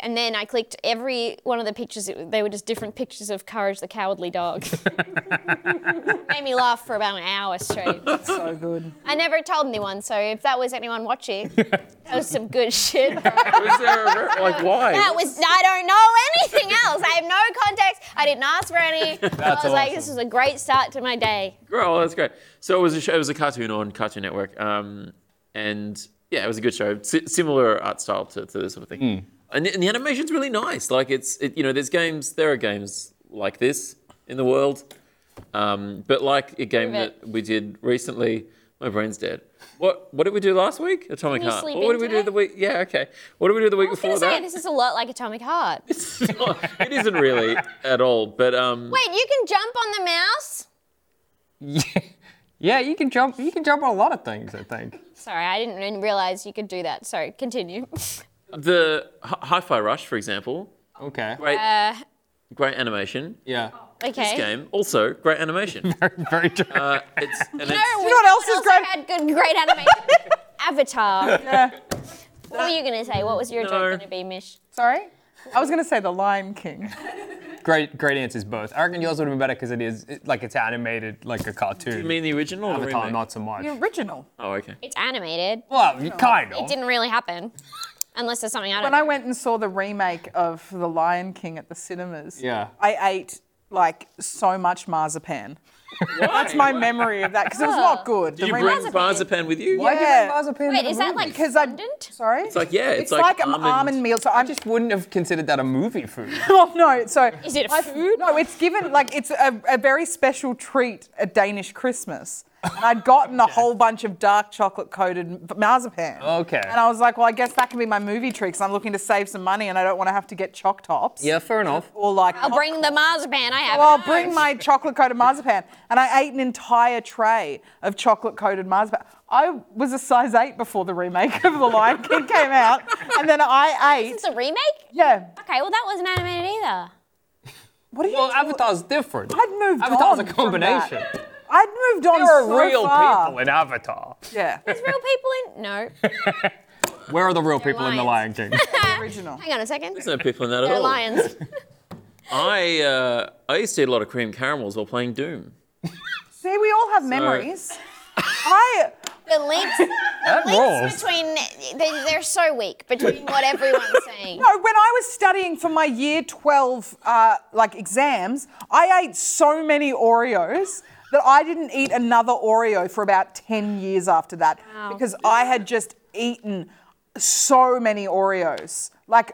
Speaker 3: And then I clicked every one of the pictures. It, they were just different pictures of Courage the Cowardly Dog. Made me laugh for about an hour straight.
Speaker 4: so good.
Speaker 3: I never told anyone. So if that was anyone watching, that was some good shit.
Speaker 2: [laughs] Was there a re- like why?
Speaker 3: That was I don't know anything else. I have no context. I didn't ask
Speaker 2: [laughs]
Speaker 3: for any. So I was like, this was a great start to my day.
Speaker 2: Oh, that's great. So it was a show. It was a cartoon on Cartoon Network. Um, and yeah, it was a good show. Si- similar art style to, to this sort of thing. And, the- and the animation's really nice. Like it's it, you know, there's games. There are games like this in the world. Um, but like a game
Speaker 3: Prove it.
Speaker 2: that we did recently. My brain's dead. What what did we do last week? Atomic
Speaker 3: Can you
Speaker 2: Heart.
Speaker 3: sleep
Speaker 2: What did
Speaker 3: in
Speaker 2: we do
Speaker 3: today?
Speaker 2: the week? Yeah, okay. What did we do the week
Speaker 3: I was
Speaker 2: before
Speaker 3: gonna say
Speaker 2: that?
Speaker 3: this is a lot like Atomic Heart. Wait,
Speaker 2: It's not- [laughs] it isn't really at all. But um,
Speaker 3: you can jump on the mouse?
Speaker 5: [laughs] Yeah, you can jump. You can jump on a lot of things. I think.
Speaker 3: Sorry, I didn't even realize you could do that. Sorry,
Speaker 2: [laughs]
Speaker 3: continue.
Speaker 2: the Hi- Hi-Fi Rush, for example,
Speaker 5: Okay.
Speaker 2: great
Speaker 3: Uh, eh?
Speaker 2: great animation.
Speaker 5: Yeah.
Speaker 3: okay.
Speaker 2: This game also great animation.
Speaker 5: [laughs] Very true.
Speaker 2: Uh, it's, and
Speaker 3: No,
Speaker 2: it's-
Speaker 3: Oh, we
Speaker 4: know what else is
Speaker 3: also
Speaker 4: great?
Speaker 3: had good, great animation.
Speaker 4: [laughs]
Speaker 3: Avatar. What were you gonna say? What was your
Speaker 2: No.
Speaker 3: joke gonna be, Mish?
Speaker 4: Sorry. I was going to say The Lion King.
Speaker 5: Great, great answers both. I reckon yours would have been better because it is it, like it's animated like a cartoon.
Speaker 2: You mean the original? Or the
Speaker 5: Avatar,
Speaker 2: remake?
Speaker 5: not so much.
Speaker 4: The original.
Speaker 2: Oh, okay.
Speaker 3: It's animated.
Speaker 5: Well, you kind
Speaker 3: It
Speaker 5: of.
Speaker 3: didn't really happen. Unless there's something I don't
Speaker 4: When I went and saw the remake of The Lion King at the cinemas,
Speaker 5: Yeah.
Speaker 4: I ate like so much marzipan. That's my memory of that because it was not good.
Speaker 2: Did
Speaker 4: The
Speaker 2: you
Speaker 4: remake-
Speaker 2: bring
Speaker 3: Marzipan.
Speaker 2: marzipan with you?
Speaker 5: Why
Speaker 4: Yeah.
Speaker 5: do you bring marzipan to
Speaker 3: Wait,
Speaker 5: the
Speaker 3: is that
Speaker 5: movie?
Speaker 3: like
Speaker 4: Because I-
Speaker 3: fondant?
Speaker 4: Sorry.
Speaker 2: It's like, yeah, it's,
Speaker 4: It's like, an almond. meal. So I'm
Speaker 5: I just wouldn't have considered that a movie food.
Speaker 4: Oh no! So
Speaker 3: Is it a
Speaker 4: I-
Speaker 3: food?
Speaker 4: No, it's given like it's a, a very special treat at Danish Christmas. And I'd gotten a whole bunch of dark chocolate coated marzipan.
Speaker 5: Okay.
Speaker 4: And I was like, well, I guess that can be my movie treat 'cause I'm looking to save some money and I don't want to have to get choc tops.
Speaker 5: yeah, fair enough.
Speaker 4: Or like,
Speaker 3: I'll bring the marzipan I have.
Speaker 4: well, I'll bring my chocolate coated marzipan. And I ate an entire tray of chocolate coated marzipan. I was a size eight before the remake of The Lion
Speaker 3: [laughs]
Speaker 4: King came out, and then I ate.
Speaker 3: It's a remake?
Speaker 4: Yeah.
Speaker 3: Okay, well, that wasn't animated either.
Speaker 4: What are you?
Speaker 5: Well,
Speaker 4: talking-
Speaker 5: Avatar's different.
Speaker 4: I'd moved
Speaker 5: Avatar's
Speaker 4: on
Speaker 5: a
Speaker 4: from that.
Speaker 5: combination.
Speaker 4: I'd moved on
Speaker 5: There are
Speaker 4: so
Speaker 5: real
Speaker 4: far.
Speaker 5: people in Avatar.
Speaker 4: Yeah,
Speaker 3: There's real people
Speaker 5: [laughs]
Speaker 3: in. No.
Speaker 5: Where are the real people in The Lion
Speaker 3: lions.
Speaker 5: King?
Speaker 4: [laughs] the
Speaker 3: [laughs]
Speaker 4: original.
Speaker 3: Hang on a second.
Speaker 2: There's no people in that at
Speaker 3: They're
Speaker 2: all.
Speaker 3: lions.
Speaker 2: I uh, I used to eat a lot of cream caramels while playing Doom.
Speaker 4: See, we all have memories. I
Speaker 3: The links,
Speaker 5: [laughs] that rules.
Speaker 3: links between. They, they're so weak between
Speaker 5: [laughs]
Speaker 3: what everyone's saying.
Speaker 4: no, when I was studying for my year twelve uh, like exams, I ate so many Oreos that I didn't eat another Oreo for about ten years after that
Speaker 3: Wow.
Speaker 4: because I had just eaten so many Oreos, like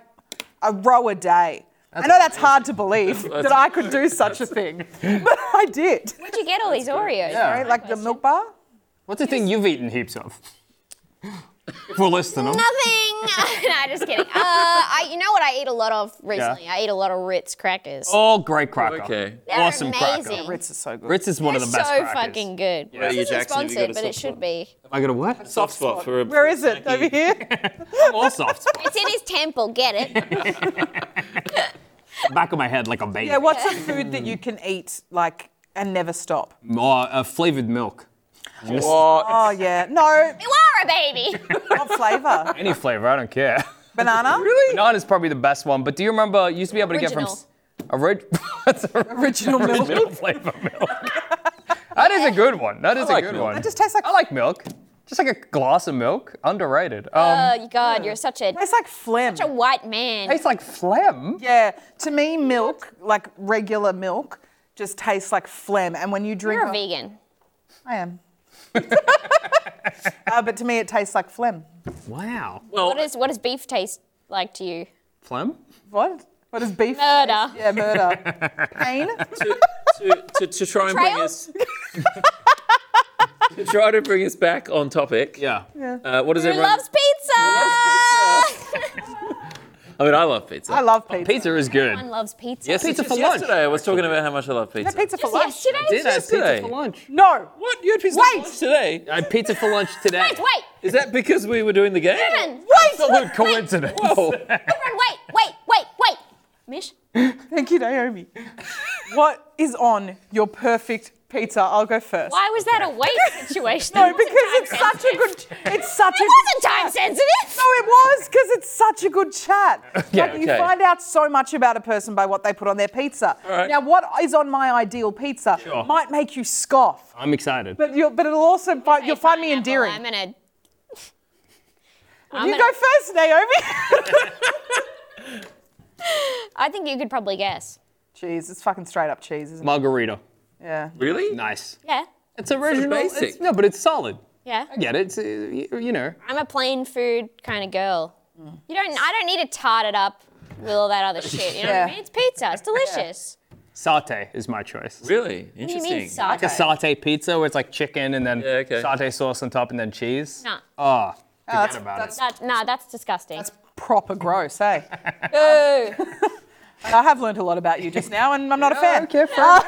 Speaker 4: a row a day. I know that's hard to believe [laughs] that I could do such a thing, but I did.
Speaker 3: Where'd you get all these Oreos?
Speaker 4: Right? Like the milk bar.
Speaker 5: What's the thing you've eaten heaps of? For listening.
Speaker 3: Nothing. [laughs] no, just kidding. Uh, I, you know what I eat a lot of recently? I eat a lot of Ritz crackers.
Speaker 5: Oh, great cracker.
Speaker 2: Okay.
Speaker 3: They're
Speaker 5: awesome
Speaker 3: amazing.
Speaker 5: cracker.
Speaker 4: Ritz is so good.
Speaker 5: Ritz is one
Speaker 3: They're
Speaker 5: of the best
Speaker 3: so
Speaker 5: crackers.
Speaker 3: fucking good.
Speaker 2: Yeah,
Speaker 3: This
Speaker 2: you
Speaker 3: isn't
Speaker 2: Jackson, have you got
Speaker 3: sponsored,
Speaker 2: a
Speaker 3: but it
Speaker 2: soft
Speaker 3: should be.
Speaker 5: Have I got a what?
Speaker 2: Soft spot for a.
Speaker 4: Where is it? Over here?
Speaker 5: All
Speaker 3: [laughs]
Speaker 5: soft spot.
Speaker 3: It's in his temple. Get
Speaker 5: [laughs]
Speaker 3: it?
Speaker 5: Back of my head like a baby.
Speaker 4: Yeah, what's a food that you can eat like and never stop?
Speaker 5: More uh, flavored milk.
Speaker 4: Oh yeah, no,
Speaker 3: You are a baby.
Speaker 5: [laughs]
Speaker 3: [laughs]
Speaker 4: not flavour.
Speaker 5: Any flavor, I don't care. [laughs]
Speaker 4: Banana. Really?
Speaker 5: Banana's probably the best one, but do you remember you used to be able to get from s-
Speaker 3: Original.
Speaker 5: a [laughs] red that's a
Speaker 4: Original
Speaker 5: [laughs]
Speaker 4: milk.
Speaker 5: original flavor milk. that is a good one. That is
Speaker 2: like
Speaker 5: a good
Speaker 2: milk.
Speaker 5: one.
Speaker 4: It just tastes like
Speaker 5: I like milk. Just like a glass of milk. Underrated. Um
Speaker 3: oh God, you're such a
Speaker 4: tastes like phlegm.
Speaker 3: such a white man.
Speaker 5: tastes like phlegm.
Speaker 4: Yeah, to me, milk like regular milk just tastes like phlegm, and when you drink,
Speaker 3: You're a vegan.
Speaker 4: I am. [laughs] uh, but to me, it tastes like phlegm.
Speaker 5: Wow.
Speaker 3: What is what does beef taste like to you?
Speaker 5: Phlegm?
Speaker 4: What? What is beef?
Speaker 3: Murder. [laughs]
Speaker 4: Yeah, murder. Pain.
Speaker 2: to, to, to, to try and bring
Speaker 3: Trail?
Speaker 2: us [laughs]
Speaker 3: [laughs]
Speaker 2: to try to bring us back on topic.
Speaker 5: Yeah.
Speaker 2: Uh, what does
Speaker 3: Who
Speaker 2: everyone?
Speaker 3: loves pizza?
Speaker 2: I mean, I love pizza.
Speaker 4: I love pizza.
Speaker 5: Pizza is good.
Speaker 3: Everyone loves pizza.
Speaker 2: yes,
Speaker 5: Pizza
Speaker 2: just
Speaker 5: for lunch,
Speaker 2: Yesterday, I was talking about how much I love pizza.
Speaker 4: Pizza for
Speaker 3: Just
Speaker 4: lunch.
Speaker 3: yesterday.
Speaker 2: Did I
Speaker 5: Pizza
Speaker 2: today?
Speaker 5: for lunch.
Speaker 4: No.
Speaker 2: What? You had pizza
Speaker 4: Wait.
Speaker 2: for lunch today?
Speaker 5: I had pizza for lunch today.
Speaker 3: Wait, wait,
Speaker 2: Is that because we were doing the game?
Speaker 3: Aaron,
Speaker 5: Absolute coincidence.
Speaker 2: Whoa.
Speaker 3: Aaron, wait, wait, wait, wait. Mish,
Speaker 4: Thank you, Naomi. what is on your perfect pizza? I'll go first.
Speaker 3: why was that a wait situation?
Speaker 4: [laughs] No,
Speaker 3: That wasn't
Speaker 4: because it's
Speaker 3: time
Speaker 4: such a
Speaker 3: sensitive.
Speaker 4: good. It's such a.
Speaker 3: It wasn't time sensitive.
Speaker 4: No, it was because it's such a good chat.
Speaker 5: Yeah,
Speaker 4: like, You
Speaker 2: okay.
Speaker 4: find out so much about a person by what they put on their pizza.
Speaker 2: right.
Speaker 4: Now, what is on my ideal pizza
Speaker 5: Sure.
Speaker 4: might make you scoff,
Speaker 5: I'm excited.
Speaker 4: but you'll, but it'll also find, you'll find me
Speaker 3: Pineapple,
Speaker 4: endearing.
Speaker 3: I'm gonna. I'm
Speaker 4: you
Speaker 3: gonna-
Speaker 4: go first, Naomi. [laughs]
Speaker 3: I think you could probably guess.
Speaker 4: Cheese, it's fucking straight up cheese, isn't it?
Speaker 5: Margarita.
Speaker 4: Yeah.
Speaker 2: Really?
Speaker 5: Nice.
Speaker 3: Yeah,
Speaker 5: It's original. It's
Speaker 2: basic.
Speaker 5: no, but it's solid.
Speaker 3: yeah.
Speaker 5: I get it. It's, uh, you, you know.
Speaker 3: I'm a plain food kind of girl.
Speaker 4: Mm.
Speaker 3: You don't. I don't need to tart it up with all that other shit. You know what
Speaker 4: Yeah.
Speaker 3: I mean? It's pizza. It's delicious.
Speaker 5: Saute is my choice.
Speaker 2: Really?
Speaker 3: What
Speaker 2: Interesting.
Speaker 3: do you mean soft?
Speaker 5: Like a saute pizza where it's like chicken and then
Speaker 2: Yeah, okay.
Speaker 5: saute sauce on top and then cheese.
Speaker 3: Nah.
Speaker 5: Oh, forget
Speaker 4: that's-
Speaker 5: about
Speaker 4: that's-
Speaker 5: it.
Speaker 3: That, nah, that's disgusting.
Speaker 4: That's proper
Speaker 3: [laughs]
Speaker 4: gross, eh?
Speaker 3: Boo.
Speaker 4: [laughs] I have learned a lot about you just now, and I'm
Speaker 3: [laughs]
Speaker 4: not a fan.
Speaker 5: Okay, fair,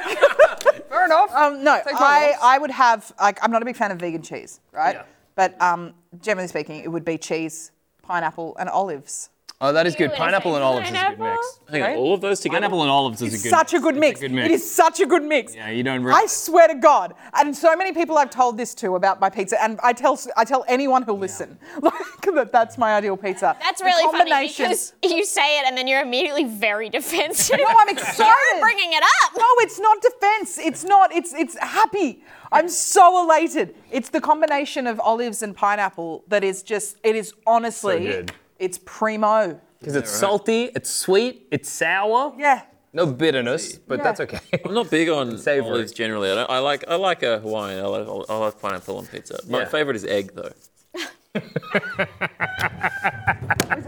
Speaker 5: fair enough.
Speaker 4: Um, no,
Speaker 5: Take my
Speaker 4: I,
Speaker 5: loss.
Speaker 4: I would have like I'm not a big fan of vegan cheese, right?
Speaker 5: Yeah.
Speaker 4: But um, generally speaking, it would be cheese, pineapple, and olives.
Speaker 5: Oh, that is
Speaker 3: Ew,
Speaker 5: good.
Speaker 3: it is
Speaker 5: Pineapple and
Speaker 3: like
Speaker 5: olives is a good mix.
Speaker 2: Hang on,
Speaker 4: Right?
Speaker 2: all of those together.
Speaker 5: Pineapple and olives is a good
Speaker 4: such a good
Speaker 5: it's
Speaker 4: mix. It is such a good mix.
Speaker 5: Yeah, you don't re-
Speaker 4: I swear to God, and so many people I've told this to about my pizza, and I tell I tell anyone who'll listen [laughs] like that that's my ideal pizza.
Speaker 3: That's
Speaker 4: The
Speaker 3: really funny
Speaker 4: combination-
Speaker 3: because [laughs] you say it and then you're immediately very [laughs] defensive.
Speaker 4: No, I'm excited.
Speaker 3: You're bringing it up.
Speaker 4: No, it's not defense. It's not. It's it's happy. I'm so elated. It's the combination of olives and pineapple that is just. It is honestly.
Speaker 5: So good.
Speaker 4: It's primo.
Speaker 5: Because it's salty, it's sweet, it's sour.
Speaker 4: Yeah.
Speaker 5: No bitterness, but
Speaker 4: Yeah.
Speaker 5: that's [laughs] okay.
Speaker 2: I'm not big on
Speaker 5: Savory.
Speaker 2: olives generally. I, don't, I like I like a Hawaiian. I like I like pineapple on pizza. My
Speaker 5: Yeah.
Speaker 2: favorite is egg though.
Speaker 4: Is-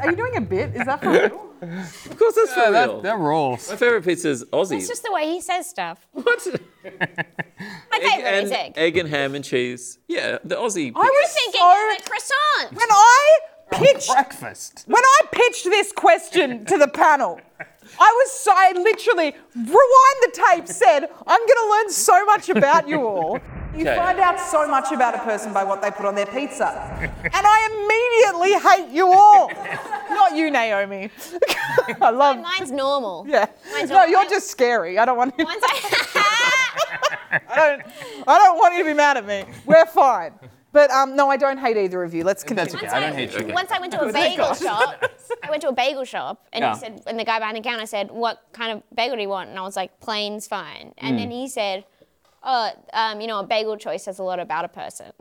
Speaker 4: Are you doing a bit? Is that
Speaker 3: [laughs]
Speaker 4: for real?
Speaker 2: Of course, that's for real.
Speaker 5: rules.
Speaker 2: My favorite pizza is Aussie.
Speaker 3: It's just the way he says stuff. My
Speaker 2: what?
Speaker 3: favorite
Speaker 2: [laughs] and,
Speaker 3: is egg.
Speaker 2: egg and ham and cheese. Yeah, the Aussie.
Speaker 4: I
Speaker 3: You're
Speaker 4: was
Speaker 3: thinking
Speaker 4: so.
Speaker 3: of the croissant.
Speaker 4: When I pitched
Speaker 5: Breakfast.
Speaker 4: when I pitched this question to the panel, I was so, I literally rewind the tape, said, I'm gonna learn so much about you all. You
Speaker 2: Okay.
Speaker 4: find out so much about a person by what they put on their pizza. And I immediately hate you all. Not you, Naomi. [laughs] I love
Speaker 3: Mine's normal.
Speaker 4: yeah.
Speaker 3: mine's
Speaker 4: No,
Speaker 3: all-
Speaker 4: you're just scary. I don't want you [laughs]
Speaker 3: Mine's [laughs] like,
Speaker 4: I don't I don't want you to be mad at me. We're fine. But um, no, I don't hate either of you. Let's continue.
Speaker 5: That's okay. I don't hate you.
Speaker 3: Once I went
Speaker 4: [laughs]
Speaker 3: to a bagel shop, I went to a bagel shop, and
Speaker 5: Yeah.
Speaker 3: he said, and the guy behind the counter said, "What kind of bagel do you want?" And I was like, "Plain's fine." And
Speaker 5: Mm.
Speaker 3: then he said, "Oh, um, you know, a bagel choice says a lot about a person."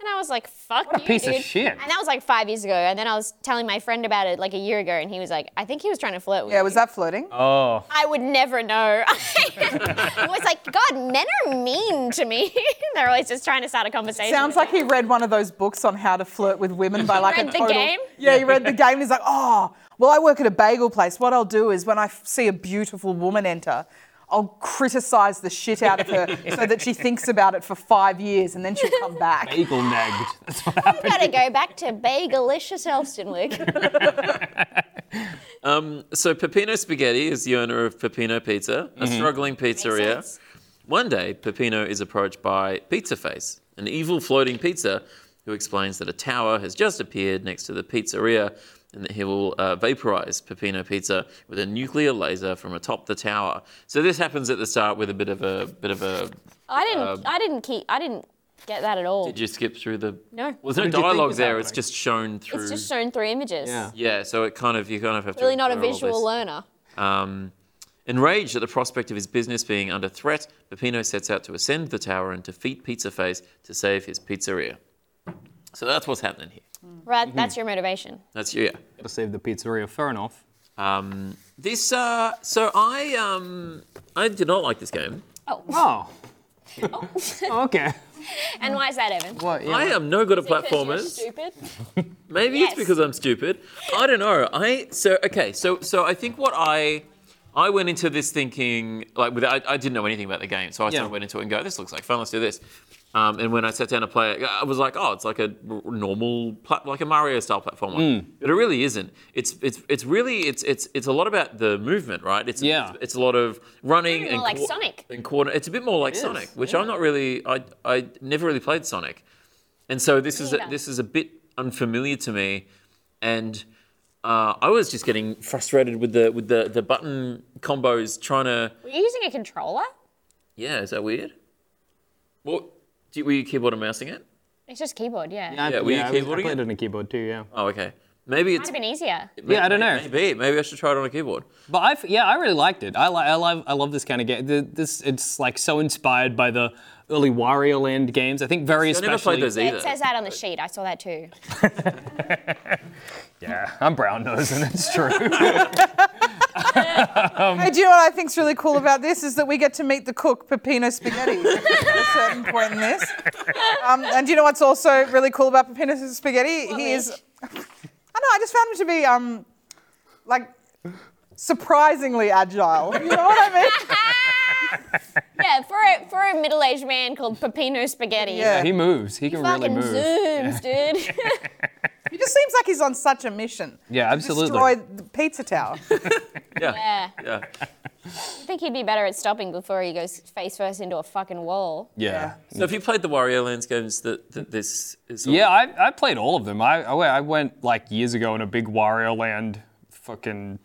Speaker 3: And I was like, "Fuck you,
Speaker 5: piece of
Speaker 3: dude."
Speaker 5: shit.
Speaker 3: And that was like five years ago. And then I was telling my friend about it like a year ago, and he was like, "I think he was trying to flirt with."
Speaker 4: Yeah,
Speaker 3: me."
Speaker 4: was that flirting?
Speaker 5: Oh.
Speaker 3: I would never know. [laughs] I was like, God, men are mean to me. [laughs] They're always just trying to start a conversation.
Speaker 4: Sounds
Speaker 3: with
Speaker 4: like he read one of those books on how to flirt with women by like
Speaker 3: read
Speaker 4: a
Speaker 3: The
Speaker 4: total.
Speaker 3: Game?
Speaker 4: Yeah, he read the game. He's like, oh, well, I work at a bagel place. What I'll do is when I f- see a beautiful woman enter, I'll criticize the shit out of her so that she thinks about it for five years and then she'll come back.
Speaker 5: Eagle nagged. That's what
Speaker 3: me. gotta go back to Bagelicious Elstonwick.
Speaker 2: So Peppino Spaghetti is the owner of Peppino Pizza, a
Speaker 5: Mm-hmm.
Speaker 2: struggling pizzeria.
Speaker 3: sense.
Speaker 2: One day, Peppino is approached by Pizza Face, an evil floating pizza, who explains that a tower has just appeared next to the pizzeria and that he will uh, vaporize Peppino Pizza with a nuclear laser from atop the tower. So this happens at the start with a bit of a bit of a.
Speaker 3: I didn't.
Speaker 2: Um,
Speaker 3: I didn't keep. I didn't get that at all.
Speaker 2: Did you skip through the?
Speaker 3: No.
Speaker 2: Well, there's no
Speaker 5: What did you think
Speaker 2: dialogue
Speaker 5: was
Speaker 2: there. It's
Speaker 5: happening?
Speaker 2: just shown through.
Speaker 3: it's just shown three images.
Speaker 5: [laughs] [laughs] Yeah.
Speaker 2: yeah, so it kind of you kind of have to.
Speaker 3: Really not a
Speaker 2: ignore all this.
Speaker 3: visual learner.
Speaker 2: Um, enraged at the prospect of his business being under threat, Peppino sets out to ascend the tower and defeat Pizza Face to save his pizzeria. So that's what's happening here.
Speaker 3: Right. That's your motivation.
Speaker 2: That's yeah.
Speaker 5: to save the pizzeria. Fair enough.
Speaker 2: Um, this uh, so I um, I did not like this game.
Speaker 4: [laughs]
Speaker 5: Oh.
Speaker 4: Oh.
Speaker 5: okay.
Speaker 3: And why is that, Evan?
Speaker 5: Well, yeah.
Speaker 2: I am no good at
Speaker 3: Because you're
Speaker 2: platformers.
Speaker 3: Stupid.
Speaker 2: Maybe
Speaker 3: Yes.
Speaker 2: it's because I'm stupid. I don't know. I so okay. So so I think what I I went into this thinking like with I, I didn't know anything about the game, so I sort
Speaker 5: Yeah.
Speaker 2: of went into it and go, this looks like fun. Let's do this. Um, and when I sat down to play it, I was like, oh, it's like a r- normal plat- like a Mario style platformer,
Speaker 5: Hmm.
Speaker 2: but it really isn't. It's it's it's really it's it's it's a lot about the movement, right? It's
Speaker 5: Yeah.
Speaker 2: It's, it's a lot of running
Speaker 3: More
Speaker 2: and
Speaker 3: like Sonic.
Speaker 2: and quarter. It's a bit more like
Speaker 5: is,
Speaker 2: Sonic, which I'm not really. I I never really played Sonic. And so this is a,
Speaker 3: Neither.
Speaker 2: this is a bit unfamiliar to me, and uh, I was just getting frustrated with the with the, the button combos trying to.
Speaker 3: Were you using a controller?
Speaker 2: Yeah, is that weird? Well, do you, were you keyboard and mousing it?
Speaker 3: It's just keyboard. Yeah.
Speaker 5: I,
Speaker 2: Yeah, were you
Speaker 5: I-
Speaker 2: keyboarding
Speaker 5: I played it
Speaker 2: it?
Speaker 5: on a keyboard too, yeah.
Speaker 2: Oh, okay. Maybe
Speaker 3: Might
Speaker 2: it's
Speaker 3: have been easier.
Speaker 5: Yeah, I don't know.
Speaker 2: Maybe maybe I should try it on a keyboard.
Speaker 5: But I, f- yeah, I really liked it. I, li- I love, I love this kind of game. The, this, it's like so inspired by the early Wario Land games. I think very
Speaker 2: I never
Speaker 5: especially.
Speaker 2: played those
Speaker 3: Yeah,
Speaker 2: either.
Speaker 3: it says that on the sheet. I saw that too.
Speaker 5: Yeah, I'm brown nosed, and it's
Speaker 2: [laughs]
Speaker 5: true. [laughs]
Speaker 4: Hey, do you know what I think's really cool about this is that we get to meet the cook, Peppino Spaghetti, at a certain point in this. Um, and do you know what's also really cool about Peppino Spaghetti? he is. I know. I just found him to be um, like surprisingly agile. You know what I
Speaker 3: [laughs]
Speaker 4: mean?
Speaker 3: Yeah, for a, for a middle-aged man called Peppino Spaghetti.
Speaker 4: Yeah.
Speaker 5: he moves. He can really
Speaker 3: Fucking
Speaker 5: move.
Speaker 3: zooms, dude. [laughs]
Speaker 4: He just seems like he's on such a mission.
Speaker 5: Yeah, absolutely.
Speaker 4: Destroy the
Speaker 5: [laughs]
Speaker 4: pizza tower.
Speaker 3: yeah.
Speaker 2: yeah.
Speaker 3: I think he'd be better at stopping before he goes face first into a fucking wall.
Speaker 5: Yeah.
Speaker 2: So if you played the Wario Lands games, that that this is on-
Speaker 5: Yeah, I, I played all of them. I, I went- I went like years ago on a big Wario Land fucking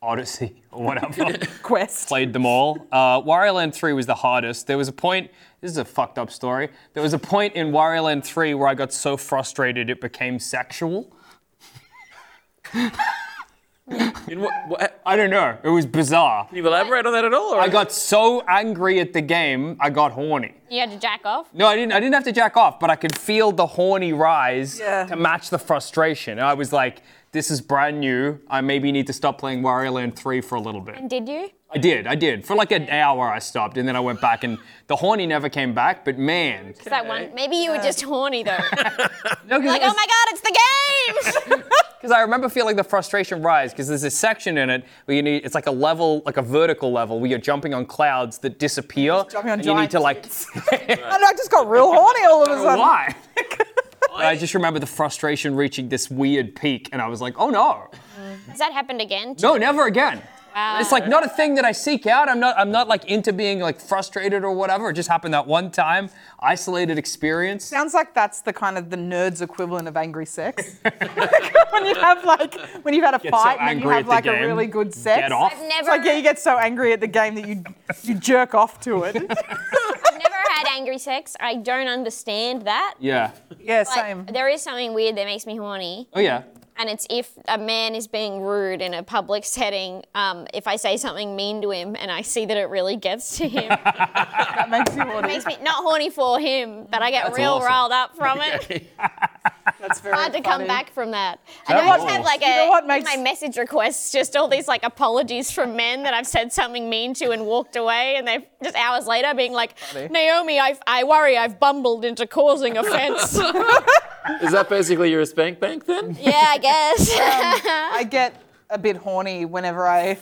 Speaker 5: Odyssey or
Speaker 2: [laughs]
Speaker 5: whatever.
Speaker 4: Quest.
Speaker 5: played them all. Uh, Wario Land 3 was the hardest. There was a point, this is a fucked up story. There was a point in Wario Land 3 where I got so frustrated it became sexual.
Speaker 2: In what, what,
Speaker 5: I don't know, it was bizarre.
Speaker 2: can you elaborate on that at all? Or
Speaker 5: I got so angry at the game, I got horny.
Speaker 3: You had to jack off.
Speaker 5: No, I didn't. I didn't have to jack off, but I could feel the horny rise
Speaker 4: Yeah.
Speaker 5: to match the frustration. And I was like, "This is brand new. I maybe need to stop playing Wario Land 3 for a little bit."
Speaker 3: Did you?
Speaker 5: I did. I did. For like an hour, I stopped, and then I went back, and the horny never came back. But man,
Speaker 3: It's that one. Maybe you were just horny though. like,
Speaker 5: no, because
Speaker 3: oh my god, it's the games.
Speaker 5: I remember feeling the frustration rise because there's a section in it where you need. It's like a level, like a vertical level where you're jumping on clouds that disappear.
Speaker 4: jumping on
Speaker 5: and you need to like.
Speaker 4: giants. [laughs] and I just got real horny all of a sudden.
Speaker 5: Why? [laughs] I just remember the frustration reaching this weird peak, and I was like, "Oh no!"
Speaker 3: [laughs] Has that happened again?
Speaker 5: No, never again.
Speaker 3: Wow.
Speaker 5: It's like not a thing that I seek out. I'm not. I'm not like into being like frustrated or whatever. It just happened that one time, isolated experience.
Speaker 4: Sounds like that's the kind of the nerds equivalent of angry sex. [laughs] when you have like when you've had a
Speaker 5: Get so
Speaker 4: fight and then you
Speaker 5: angry at
Speaker 4: have
Speaker 5: the
Speaker 4: like a
Speaker 5: game,
Speaker 4: really good sex.
Speaker 5: Get off.
Speaker 3: I've
Speaker 4: It's
Speaker 3: never,
Speaker 4: like yeah, you get so angry at the game that you you jerk off
Speaker 3: [laughs]
Speaker 4: to it.
Speaker 3: I've never had angry sex. I don't understand that.
Speaker 5: Yeah.
Speaker 4: yeah,
Speaker 3: But
Speaker 4: same.
Speaker 3: There is something weird that makes me horny,
Speaker 5: Oh yeah.
Speaker 3: and it's if a man is being rude in a public setting. Um, if I say something mean to him, and I see that it really gets to him, it
Speaker 4: That makes you horny.
Speaker 3: makes me not horny for him, but I get real
Speaker 5: awesome.
Speaker 3: riled up from it.
Speaker 4: That's very
Speaker 3: Hard to
Speaker 4: funny.
Speaker 3: come back from that. And
Speaker 5: That
Speaker 3: I just
Speaker 5: rules.
Speaker 3: have like a
Speaker 4: You know what
Speaker 3: in
Speaker 4: makes-
Speaker 3: my message requests, just all these like apologies from men that I've said something mean to and walked away, and they just hours later being like, Naomi, I, I worry I've bumbled into causing offence.
Speaker 2: is that basically your spank bank then?
Speaker 3: [laughs] yeah, I guess.
Speaker 4: I get a bit horny whenever I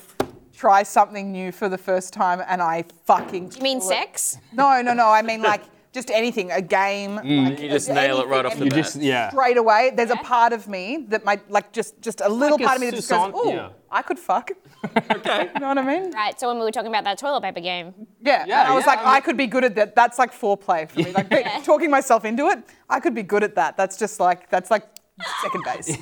Speaker 4: try something new for the first time and I fucking
Speaker 3: [laughs] you mean sex?
Speaker 4: No, no, no. I mean like just anything, a game. like,
Speaker 2: Mm, You just nail it right off the
Speaker 5: You
Speaker 2: bat.
Speaker 5: just yeah.
Speaker 4: straight away. There's a part of me that might like just just a little
Speaker 5: Like a
Speaker 4: part of me that just goes,
Speaker 5: Susan-
Speaker 4: oh,
Speaker 5: yeah.
Speaker 4: I
Speaker 2: [laughs]
Speaker 4: could fuck. okay. You know what I mean?
Speaker 3: Right, so when we were talking about that toilet paper game,
Speaker 4: Yeah.
Speaker 5: Yeah,
Speaker 4: and I was
Speaker 5: yeah,
Speaker 4: like,
Speaker 5: I
Speaker 4: I,
Speaker 5: mean-
Speaker 4: could be good at that. That's like foreplay for
Speaker 2: [laughs]
Speaker 4: me. Like talking myself into it, I could be good at that. That's just like that's like
Speaker 2: [laughs]
Speaker 4: second base.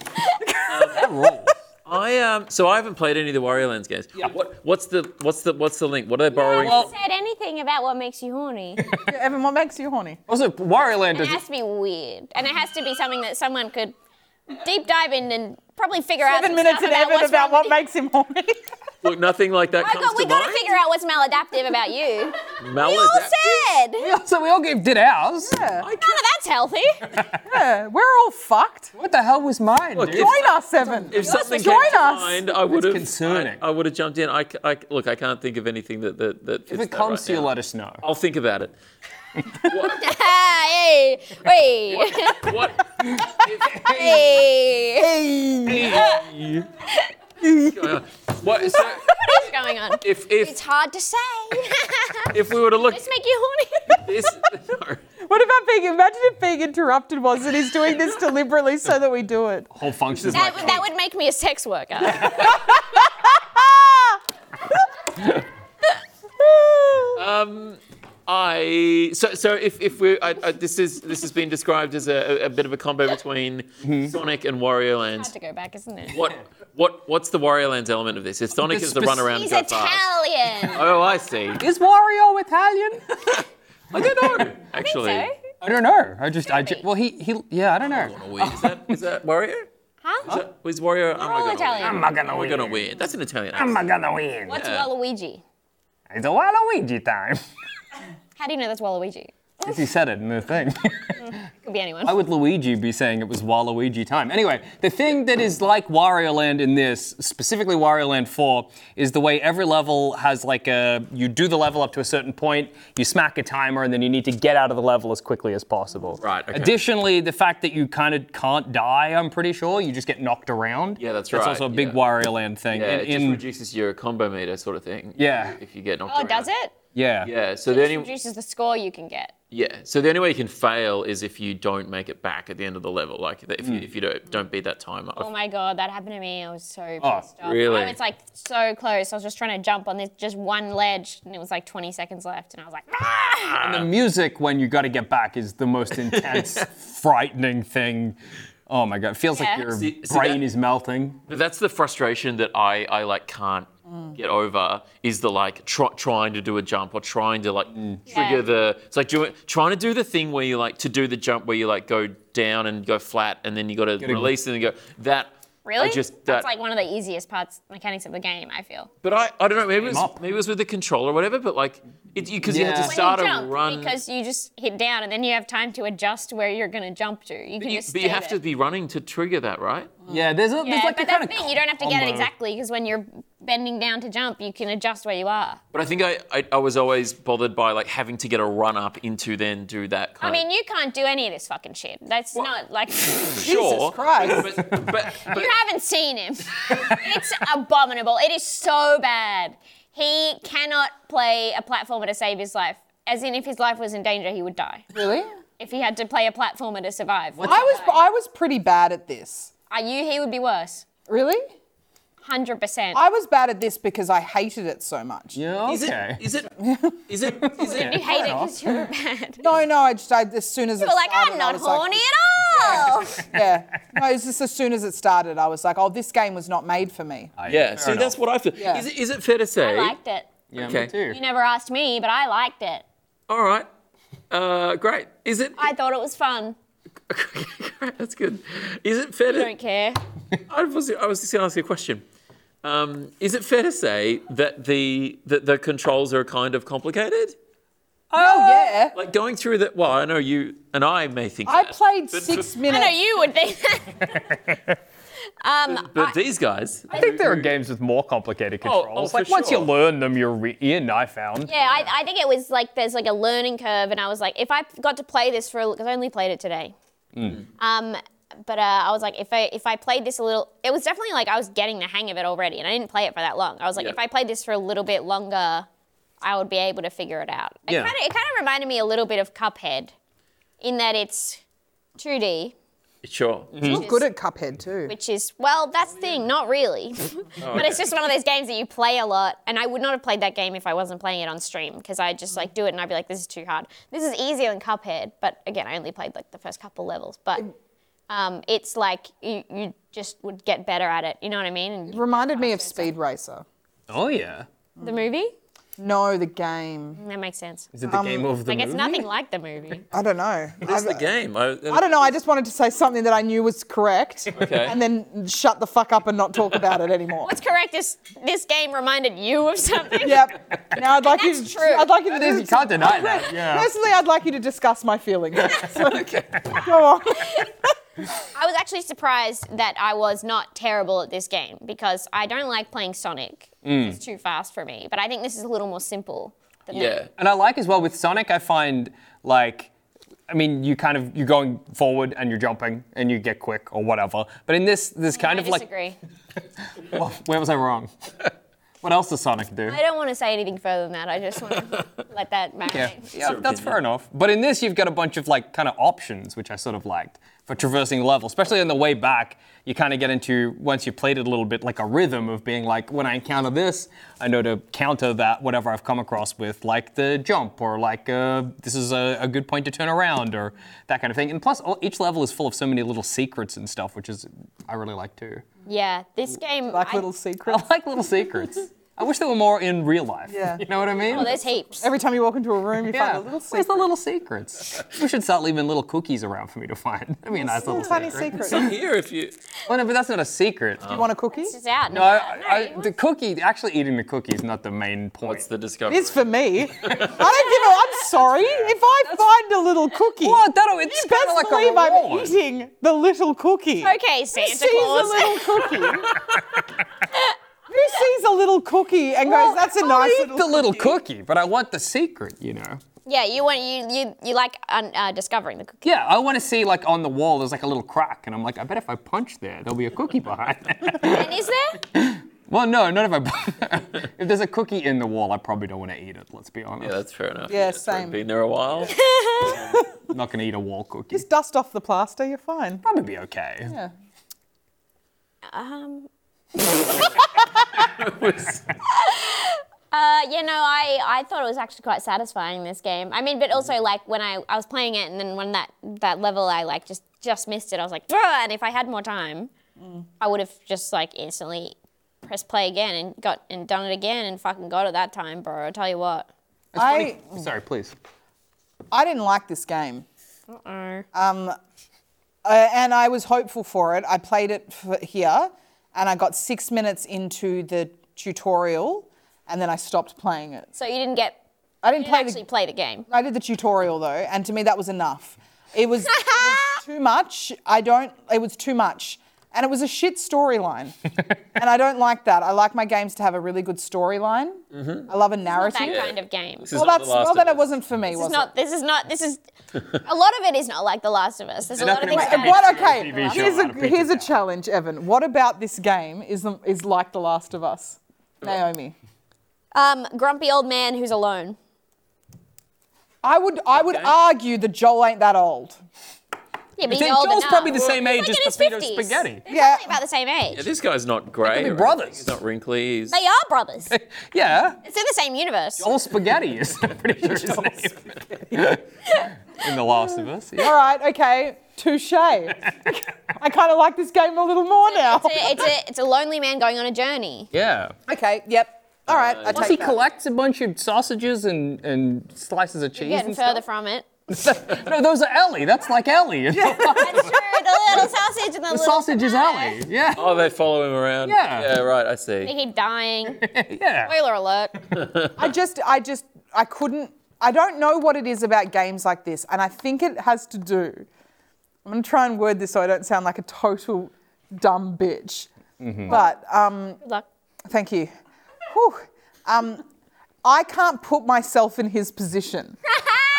Speaker 5: That rules.
Speaker 2: I um. So I haven't played any of the Wario Lands games. Yeah. What, what's the what's the what's the link? What are they
Speaker 4: Oh,
Speaker 2: borrowing?
Speaker 3: you said anything about what makes you
Speaker 4: [laughs]
Speaker 3: horny. it
Speaker 4: Yeah, Evan, what makes you horny?
Speaker 5: Also, Wario Land does
Speaker 3: has to be weird, and it has to be something that someone could deep dive in and probably figure out.
Speaker 4: Seven
Speaker 3: some
Speaker 4: minutes
Speaker 3: stuff
Speaker 4: and Evan
Speaker 3: what's
Speaker 4: about
Speaker 3: wrong
Speaker 4: what
Speaker 3: with you.
Speaker 4: makes him horny. [laughs]
Speaker 2: Look, nothing like that
Speaker 3: Oh
Speaker 2: comes
Speaker 3: God, we
Speaker 2: to
Speaker 3: got to
Speaker 2: mind.
Speaker 3: figure out what's maladaptive about
Speaker 2: [laughs]
Speaker 3: you.
Speaker 2: Maladapt-
Speaker 3: You all said.
Speaker 5: We [laughs] also we all gave did ours.
Speaker 2: I
Speaker 3: None
Speaker 2: can't-
Speaker 3: of that's healthy.
Speaker 4: yeah, we're all fucked.
Speaker 5: What the hell was mine?
Speaker 2: Look,
Speaker 5: dude?
Speaker 2: if-
Speaker 4: Join us, Evan.
Speaker 2: If something
Speaker 4: join
Speaker 2: came to
Speaker 4: us.
Speaker 2: mind, I would have.
Speaker 5: concerning.
Speaker 2: I, would have jumped in. I, c- I c- look. I can't think of anything that that that.
Speaker 5: if it comes to you, let us know.
Speaker 2: I'll think about it. [laughs] what?
Speaker 3: [laughs] hey, hey, [laughs]
Speaker 2: what
Speaker 3: hey.
Speaker 2: what? So,
Speaker 3: What's going on? [laughs]
Speaker 2: if
Speaker 3: It's
Speaker 2: if
Speaker 3: hard to say.
Speaker 2: [laughs] if we were to
Speaker 3: [laughs]
Speaker 2: look
Speaker 3: Just make you
Speaker 2: [laughs]
Speaker 3: horny.
Speaker 2: this, no.
Speaker 4: What about being? Imagine if being interrupted was, and he's doing this deliberately so that we do it.
Speaker 5: Whole function is
Speaker 3: That, would- that would make me a sex worker.
Speaker 2: Um, I so so if if we I, I, this is this has been described as a, a, a bit of a combo between
Speaker 5: Mm-hmm.
Speaker 2: Sonic and Wario
Speaker 3: Hard
Speaker 2: Land.
Speaker 3: to go back, isn't it?
Speaker 2: What what what's the Wario Land's element of this? If Sonic
Speaker 5: The
Speaker 2: is the
Speaker 5: spec-
Speaker 2: run around and
Speaker 3: He's
Speaker 2: go fast.
Speaker 3: Italian.
Speaker 2: [laughs] Oh, I
Speaker 3: [laughs]
Speaker 2: see.
Speaker 5: is Wario Italian?
Speaker 2: I don't know. Actually,
Speaker 3: So,
Speaker 5: I don't know. I just I
Speaker 3: Gotta
Speaker 5: ju-
Speaker 3: be.
Speaker 5: well he he yeah I don't know.
Speaker 2: Gonna win. Is that is that Wario? Is
Speaker 3: huh?
Speaker 2: that, is Wario? I'm
Speaker 3: all
Speaker 2: gonna
Speaker 3: Italian.
Speaker 2: Win.
Speaker 5: I'm not gonna
Speaker 2: Am I
Speaker 5: win.
Speaker 2: gonna win. That's an Italian.
Speaker 5: I'm
Speaker 2: accent.
Speaker 5: not gonna win.
Speaker 3: What's
Speaker 2: Yeah.
Speaker 3: Waluigi?
Speaker 5: It's a Waluigi time.
Speaker 3: How do you know that's Waluigi?
Speaker 5: Because he said it in the thing.
Speaker 3: Could be anyone.
Speaker 5: Why would Luigi be saying it was Waluigi time? Anyway, the thing that is like Wario Land in this, specifically Wario Land 4, is the way every level has like a you do the level up to a certain point, you smack a timer, and then you need to get out of the level as quickly as possible.
Speaker 2: Right, okay.
Speaker 5: Additionally, the fact that you kind of can't die, I'm pretty sure, you just get knocked around.
Speaker 2: Yeah, that's
Speaker 5: That's
Speaker 2: right,
Speaker 5: also a big
Speaker 2: yeah.
Speaker 5: Wario Land thing.
Speaker 2: Yeah,
Speaker 5: In-
Speaker 2: it
Speaker 5: in-
Speaker 2: just reduces your combo meter sort of thing.
Speaker 5: Yeah.
Speaker 2: If you get knocked
Speaker 3: oh, does
Speaker 2: around.
Speaker 3: it?
Speaker 5: yeah.
Speaker 2: Yeah. So the
Speaker 3: It
Speaker 2: only
Speaker 3: reduces the score you can get.
Speaker 2: yeah. So the only way you can fail is if you don't make it back at the end of the level. Like if you, if you don't don't beat that timer.
Speaker 3: Oh my god, that happened to me. I was so pissed
Speaker 5: Oh,
Speaker 3: off.
Speaker 2: really?
Speaker 3: I was like so close. I was just trying to jump on this just one ledge, and it was like 20 seconds left, and I was like, ah!
Speaker 5: [laughs] And the music when you got to get back is the most intense, frightening thing. Oh my god, it feels like
Speaker 3: Yeah.
Speaker 5: your
Speaker 2: See- see
Speaker 5: brain
Speaker 2: that-
Speaker 5: is melting.
Speaker 2: But that's the frustration that I, I like can't
Speaker 3: Mm.
Speaker 2: get over is the like try, trying to do a jump or trying to like
Speaker 5: Mm.
Speaker 2: trigger
Speaker 3: Yeah.
Speaker 2: the it's like doing trying to do the thing where you like to do the jump where you like go down and go flat and then you got to
Speaker 5: a-
Speaker 2: release and then go that
Speaker 3: Really?
Speaker 2: I just that
Speaker 3: That's like one of the easiest parts mechanics of the game. I feel.
Speaker 2: but I, I don't know maybe it
Speaker 5: up.
Speaker 2: was, maybe it was with the controller or whatever but like it because you had
Speaker 5: Yeah.
Speaker 2: to
Speaker 5: When
Speaker 2: start
Speaker 3: when you
Speaker 2: a
Speaker 3: jump,
Speaker 2: run
Speaker 3: because you just hit down, and then you have time to adjust where you're going to jump to. You can
Speaker 2: but you,
Speaker 3: just.
Speaker 2: but you
Speaker 3: stay
Speaker 2: have to
Speaker 3: there. Mm.
Speaker 2: be running to trigger that right
Speaker 5: Yeah, there's a
Speaker 3: Yeah,
Speaker 5: there's like
Speaker 3: but
Speaker 5: a kind
Speaker 3: that's the
Speaker 5: of
Speaker 3: thing. You don't have to get it
Speaker 5: combo.
Speaker 3: exactly because when you're bending down to jump, you can adjust where you are.
Speaker 2: but I think I, I I was always bothered by like having to get a run up into then do that
Speaker 3: I
Speaker 2: kind of
Speaker 3: mean, you can't do any of this fucking shit. That's not
Speaker 2: [laughs]
Speaker 3: like.
Speaker 2: sure.
Speaker 4: Christ.
Speaker 2: But,
Speaker 4: [laughs]
Speaker 2: but, but-
Speaker 3: You haven't seen him. it's abominable. It is so bad. He cannot play a platformer to save his life. As in, if his life was in danger, he would die.
Speaker 4: Really?
Speaker 3: If he had to play a platformer to survive,
Speaker 4: I was I was pretty bad at this.
Speaker 3: I knew he would be worse.
Speaker 4: Really?
Speaker 3: Hundred percent.
Speaker 4: I was bad at this because I hated it so much.
Speaker 5: Yeah,
Speaker 2: is
Speaker 5: okay.
Speaker 2: it? Is
Speaker 4: [laughs]
Speaker 2: it? Is it? Is
Speaker 3: You
Speaker 2: it?
Speaker 3: hate it because you were bad. You
Speaker 4: No, no, I just I, as soon as it
Speaker 3: were like,
Speaker 4: started,
Speaker 3: I'm
Speaker 4: I
Speaker 3: not
Speaker 4: was like-
Speaker 3: horny at [laughs] all.
Speaker 4: yeah. No, it's just as soon as it started, I was like, oh, this game was not made for me.
Speaker 2: Yeah. See, that's what I feel.
Speaker 4: Yeah.
Speaker 2: Is, it, is it fair to say?
Speaker 3: I liked it.
Speaker 5: Yeah,
Speaker 2: Okay.
Speaker 5: me too.
Speaker 3: You never asked me, but I liked it.
Speaker 2: All right. Uh, great. Is it?
Speaker 3: I thought it was fun.
Speaker 2: [laughs] great, that's good. Is it fair
Speaker 3: I don't
Speaker 2: to?
Speaker 3: care.
Speaker 2: I was. I was just going to ask you a question. Um, is it fair to say that the that the controls are kind of complicated?
Speaker 4: Oh yeah.
Speaker 2: Like going through that. Well, I know you and I may think.
Speaker 4: I
Speaker 2: that,
Speaker 4: played
Speaker 2: but-
Speaker 4: six
Speaker 3: I
Speaker 4: minutes.
Speaker 3: know you would think that.
Speaker 2: But, but these guys.
Speaker 5: I think there are games with more complicated
Speaker 2: Oh,
Speaker 5: controls.
Speaker 2: oh, for
Speaker 5: like once you
Speaker 2: sure.
Speaker 5: learn them, you're re- you're knife found.
Speaker 3: Yeah, I, I think it was like there's like a learning curve, and I was like, if I got to play this for because I only played it today. Um, but uh, I was like, if I if I played this a little, it was definitely like I was getting the hang of it already, and I didn't play it for that long. I was like,
Speaker 2: Yeah.
Speaker 3: if I played this for a little bit longer, I would be able to figure it out. It
Speaker 5: Yeah.
Speaker 3: kind of it kind of reminded me a little bit of Cuphead, in that it's 2D,
Speaker 2: Sure.
Speaker 4: You're good at Cuphead too.
Speaker 3: which is well, that's the thing,
Speaker 5: [laughs]
Speaker 3: not really.
Speaker 5: Oh,
Speaker 3: [laughs] but it's just one of those games that you play a lot. And I would not have played that game if I wasn't playing it on stream because I just like do it and I'd be like, this is too hard. This is easier than Cuphead, but again, I only played like the first couple levels. But um, it's like you, you just would get better at it. You know what I mean? And
Speaker 4: Reminded me of Speed Racer.
Speaker 5: Oh yeah.
Speaker 3: the movie.
Speaker 4: No, the game.
Speaker 3: That makes sense.
Speaker 5: Is it the game of the
Speaker 3: Like it's
Speaker 5: movie?
Speaker 3: nothing like the movie.
Speaker 4: I don't know.
Speaker 2: That's the
Speaker 4: I've-
Speaker 2: game. I,
Speaker 4: I don't know. I just wanted to say something that I knew
Speaker 5: [laughs]
Speaker 4: was correct,
Speaker 2: Okay.
Speaker 4: and then shut the fuck up and not talk about it anymore.
Speaker 3: What's correct is this game reminded you of something.
Speaker 4: [laughs] Yep. Now I'd like you.
Speaker 3: That's
Speaker 4: to-
Speaker 3: true.
Speaker 4: I'd like you to.
Speaker 5: You can't deny
Speaker 3: [laughs]
Speaker 5: that. Yeah.
Speaker 4: Personally, I'd like you to discuss
Speaker 5: [laughs]
Speaker 4: my feelings. [laughs] Go
Speaker 3: [laughs]
Speaker 4: on.
Speaker 3: I was actually surprised that I was not terrible at this game because I don't like playing Sonic.
Speaker 5: Mm.
Speaker 3: It's too fast for me. But I think this is a little more simple than
Speaker 2: Yeah.
Speaker 5: And I like as well with Sonic, I find like, I mean, you kind of you're going forward and you're jumping and you get quick or whatever. But in this, this
Speaker 3: that.
Speaker 5: kind
Speaker 3: Oh, I
Speaker 5: of like,
Speaker 3: disagree.
Speaker 5: where was I [laughs] wrong? what else does Sonic do?
Speaker 3: I don't want to say anything further than that. I just
Speaker 5: [laughs]
Speaker 3: want to let that marinate.
Speaker 5: Yeah, yeah that's fair enough. But in this, you've got a bunch of like kind of options, which I sort of liked for traversing level, especially on the way back. You kind of get into once you've played it a little bit, like a rhythm of being like, when I encounter this, I know to counter that whatever I've come across with, like the jump or like uh, this is a, a good point to turn around or that kind of thing. And plus, all, each level is full of so many little secrets and stuff, which is I really like too. [laughs]
Speaker 3: Yeah, this game.
Speaker 4: Like
Speaker 3: I-
Speaker 4: little secret.
Speaker 5: I like little
Speaker 3: [laughs]
Speaker 5: secrets. I wish there were more in real life.
Speaker 4: Yeah.
Speaker 5: [laughs] You know what I mean?
Speaker 3: Oh, there's
Speaker 4: [laughs]
Speaker 3: heaps.
Speaker 4: Every time you walk into a room, you find a little
Speaker 5: Where's
Speaker 4: secret.
Speaker 5: the little secrets? we should start leaving little cookies around for me to find. That'd be a nice little
Speaker 4: Tiny
Speaker 5: secret.
Speaker 4: secret.
Speaker 2: Some here if you.
Speaker 5: Well, no, but that's not a secret.
Speaker 2: Uh,
Speaker 4: You want a cookie?
Speaker 3: It's out.
Speaker 5: No, I, I, the cookie, actually eating the cookie is not the main point.
Speaker 2: What's the discovery?
Speaker 4: It is for
Speaker 5: [laughs]
Speaker 4: me. I don't give a. I'm sorry. If I find a little cookie,
Speaker 5: Well, that, it's
Speaker 4: you
Speaker 5: kind
Speaker 4: best
Speaker 5: of like a
Speaker 4: believe I'm
Speaker 5: reward.
Speaker 4: eating the little cookie.
Speaker 3: okay,
Speaker 4: Who
Speaker 3: Santa
Speaker 4: sees a
Speaker 3: Claus.
Speaker 4: little [laughs] cookie? Who sees a little cookie and goes, "That's a nice
Speaker 5: I eat
Speaker 4: little."
Speaker 5: the little cookie, but I want the secret, you know.
Speaker 3: Yeah, you want you you you like un, uh, discovering the cookie.
Speaker 5: Yeah, I want to see like on the wall. There's like a little crack, and I'm like, I bet if I punch there, there'll be a cookie behind. it. [laughs]
Speaker 3: And is there?
Speaker 5: well, no, not if I. [laughs] if there's a cookie in the wall, I probably don't want to eat it. Let's be honest.
Speaker 2: Yeah, that's fair enough.
Speaker 4: Yeah,
Speaker 2: it's already
Speaker 4: same.
Speaker 2: Been there a
Speaker 4: [laughs]
Speaker 2: while. [laughs]
Speaker 5: I'm not gonna eat a wall cookie.
Speaker 4: Just dust off the plaster. You're fine.
Speaker 5: probably be okay.
Speaker 4: Yeah.
Speaker 3: Um. uh, you know, I, I thought it was actually quite
Speaker 4: Mm.
Speaker 3: satisfying this game. I mean, but also like when I, I was playing it, and then when that that level I like just just missed it. I was like, "Bruh," and if I had more time,
Speaker 4: Mm.
Speaker 3: I would have just like instantly pressed play again and got and done it again and fucking got it that time, bro. I tell you what.
Speaker 4: I,
Speaker 5: Sorry, please.
Speaker 4: I didn't like this game. Uh-uh.
Speaker 3: Uh-oh.
Speaker 4: Uh, and I was hopeful for it. I played it for here, and I got six minutes into the tutorial, and then I stopped playing it.
Speaker 3: so you didn't get.
Speaker 4: I didn't
Speaker 3: You
Speaker 4: play
Speaker 3: didn't
Speaker 4: the-
Speaker 3: actually play the game.
Speaker 4: I did the tutorial though, and to me that was enough. It was,
Speaker 2: [laughs]
Speaker 4: it was too much. I don't. It was too much, and it was a shit storyline. and I don't like that. I like my games to have a really good storyline.
Speaker 2: Mm-hmm.
Speaker 4: I love a
Speaker 3: Not
Speaker 4: narrative.
Speaker 3: that kind of game.
Speaker 2: is
Speaker 4: well,
Speaker 2: not The
Speaker 4: that's
Speaker 2: Last
Speaker 4: well.
Speaker 2: of
Speaker 4: Then it
Speaker 2: Us.
Speaker 4: wasn't for me,
Speaker 3: This
Speaker 4: was
Speaker 3: is
Speaker 4: it?
Speaker 3: not. This is not. This is. A lot of it is not like The Last of Us. There's a lot of
Speaker 5: Nothing
Speaker 3: things.
Speaker 5: like that.
Speaker 3: that are-
Speaker 4: What?
Speaker 5: Actually,
Speaker 4: Okay.
Speaker 5: a TV show
Speaker 4: Here's
Speaker 5: on
Speaker 4: a
Speaker 5: a printed
Speaker 4: here's a
Speaker 5: out.
Speaker 4: challenge, Evan. What about this game is the, is like The Last of Us? Naomi,
Speaker 3: Um, grumpy old man who's alone.
Speaker 4: I would I would argue that Joel ain't that old.
Speaker 3: Yeah, but he's
Speaker 5: Then
Speaker 3: older
Speaker 5: Joel's
Speaker 3: now.
Speaker 5: probably the same
Speaker 3: He's
Speaker 5: age
Speaker 3: like
Speaker 5: as
Speaker 3: in his
Speaker 5: Pepito
Speaker 3: 50s.
Speaker 5: Spaghetti.
Speaker 3: They're
Speaker 4: Yeah.
Speaker 3: probably about the same age.
Speaker 2: This guy's not grey.
Speaker 5: be
Speaker 2: or
Speaker 5: brothers.
Speaker 2: anything. He's not wrinkly. He's
Speaker 3: They are
Speaker 5: [laughs]
Speaker 3: brothers. It's
Speaker 5: Yeah,
Speaker 3: in the same universe.
Speaker 5: all spaghetti is I'm pretty
Speaker 3: [laughs]
Speaker 5: sure his name. In The Last of Us. Yeah.
Speaker 4: All right, okay, touche. [laughs] I kind of like this game a little more now.
Speaker 3: It's a, it's, a, it's a lonely man going on a journey.
Speaker 5: yeah.
Speaker 4: Okay, yep. All right, I
Speaker 5: Plus, he
Speaker 4: take that.
Speaker 5: collects a bunch of sausages and, and slices of cheese.
Speaker 3: Getting
Speaker 5: and
Speaker 3: further from it.
Speaker 5: stuff. No, those are Ellie. That's like
Speaker 3: [laughs]
Speaker 5: Ellie.
Speaker 3: That's true. The
Speaker 5: [laughs]
Speaker 3: little sausage and the,
Speaker 5: the
Speaker 3: little
Speaker 5: sausage is
Speaker 3: tomato.
Speaker 5: Ellie. Yeah.
Speaker 2: Oh, they follow him around.
Speaker 5: Yeah.
Speaker 2: Yeah, right. I see.
Speaker 5: [laughs]
Speaker 3: He dying.
Speaker 5: Yeah.
Speaker 3: Spoiler alert.
Speaker 4: I just, I just, I couldn't. I don't know what it is about games like this, and I think it has to do. I'm gonna try and word this so I don't sound like a total dumb bitch. But um,
Speaker 5: [laughs]
Speaker 3: Good luck.
Speaker 4: thank you. Whew. Um, I can't put myself in his position,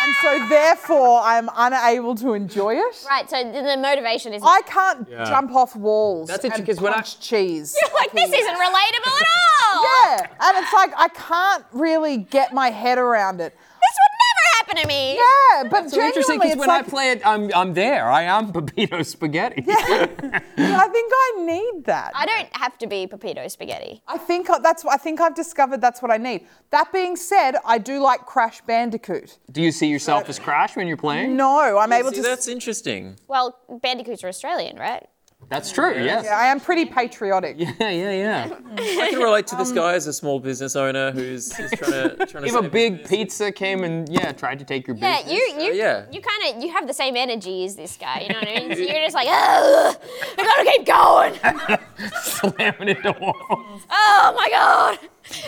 Speaker 4: and so therefore I'm unable to enjoy it.
Speaker 3: Right, so the, the motivation is [laughs]
Speaker 4: I can't jump off walls
Speaker 5: That's it,
Speaker 4: and punch
Speaker 5: because when I-
Speaker 4: cheese.
Speaker 3: like this
Speaker 4: he-
Speaker 3: isn't relatable at
Speaker 5: [laughs]
Speaker 3: all.
Speaker 4: Yeah, and it's like I can't really get my head around it.
Speaker 3: This would never happen to me.
Speaker 4: Yeah, but
Speaker 5: So interesting
Speaker 4: genuinely,
Speaker 5: because
Speaker 4: it's
Speaker 5: when
Speaker 4: like,
Speaker 5: I play it, I'm, I'm there. I am Pepito Spaghetti.
Speaker 4: I think I need that.
Speaker 3: I don't have to be Pepito Spaghetti.
Speaker 4: I think I- that's. I think I've discovered that's what I need. That being said, I do like Crash Bandicoot.
Speaker 5: [laughs] Do you see yourself as Crash when you're playing?
Speaker 4: No, I'm able
Speaker 2: See,
Speaker 4: to.
Speaker 2: that's
Speaker 3: [laughs]
Speaker 2: interesting.
Speaker 3: Well, bandicoots are Australian, right?
Speaker 5: That's true, yes.
Speaker 4: I am pretty patriotic.
Speaker 5: [laughs] Yeah, yeah, yeah.
Speaker 2: I can relate to this
Speaker 3: um,
Speaker 2: guy as a small business owner who's, who's trying to
Speaker 5: [laughs]
Speaker 2: trying to.
Speaker 5: If a
Speaker 2: save
Speaker 5: big
Speaker 2: business.
Speaker 5: pizza came and, yeah, tried to take your
Speaker 3: Yeah,
Speaker 5: business.
Speaker 3: you you
Speaker 2: yeah.
Speaker 3: you kind of you have the same energy as this guy. You know what
Speaker 2: [laughs]
Speaker 3: I mean? So you're just like, oh, I gotta keep going.
Speaker 5: Slamming it to wall.
Speaker 3: Oh my god.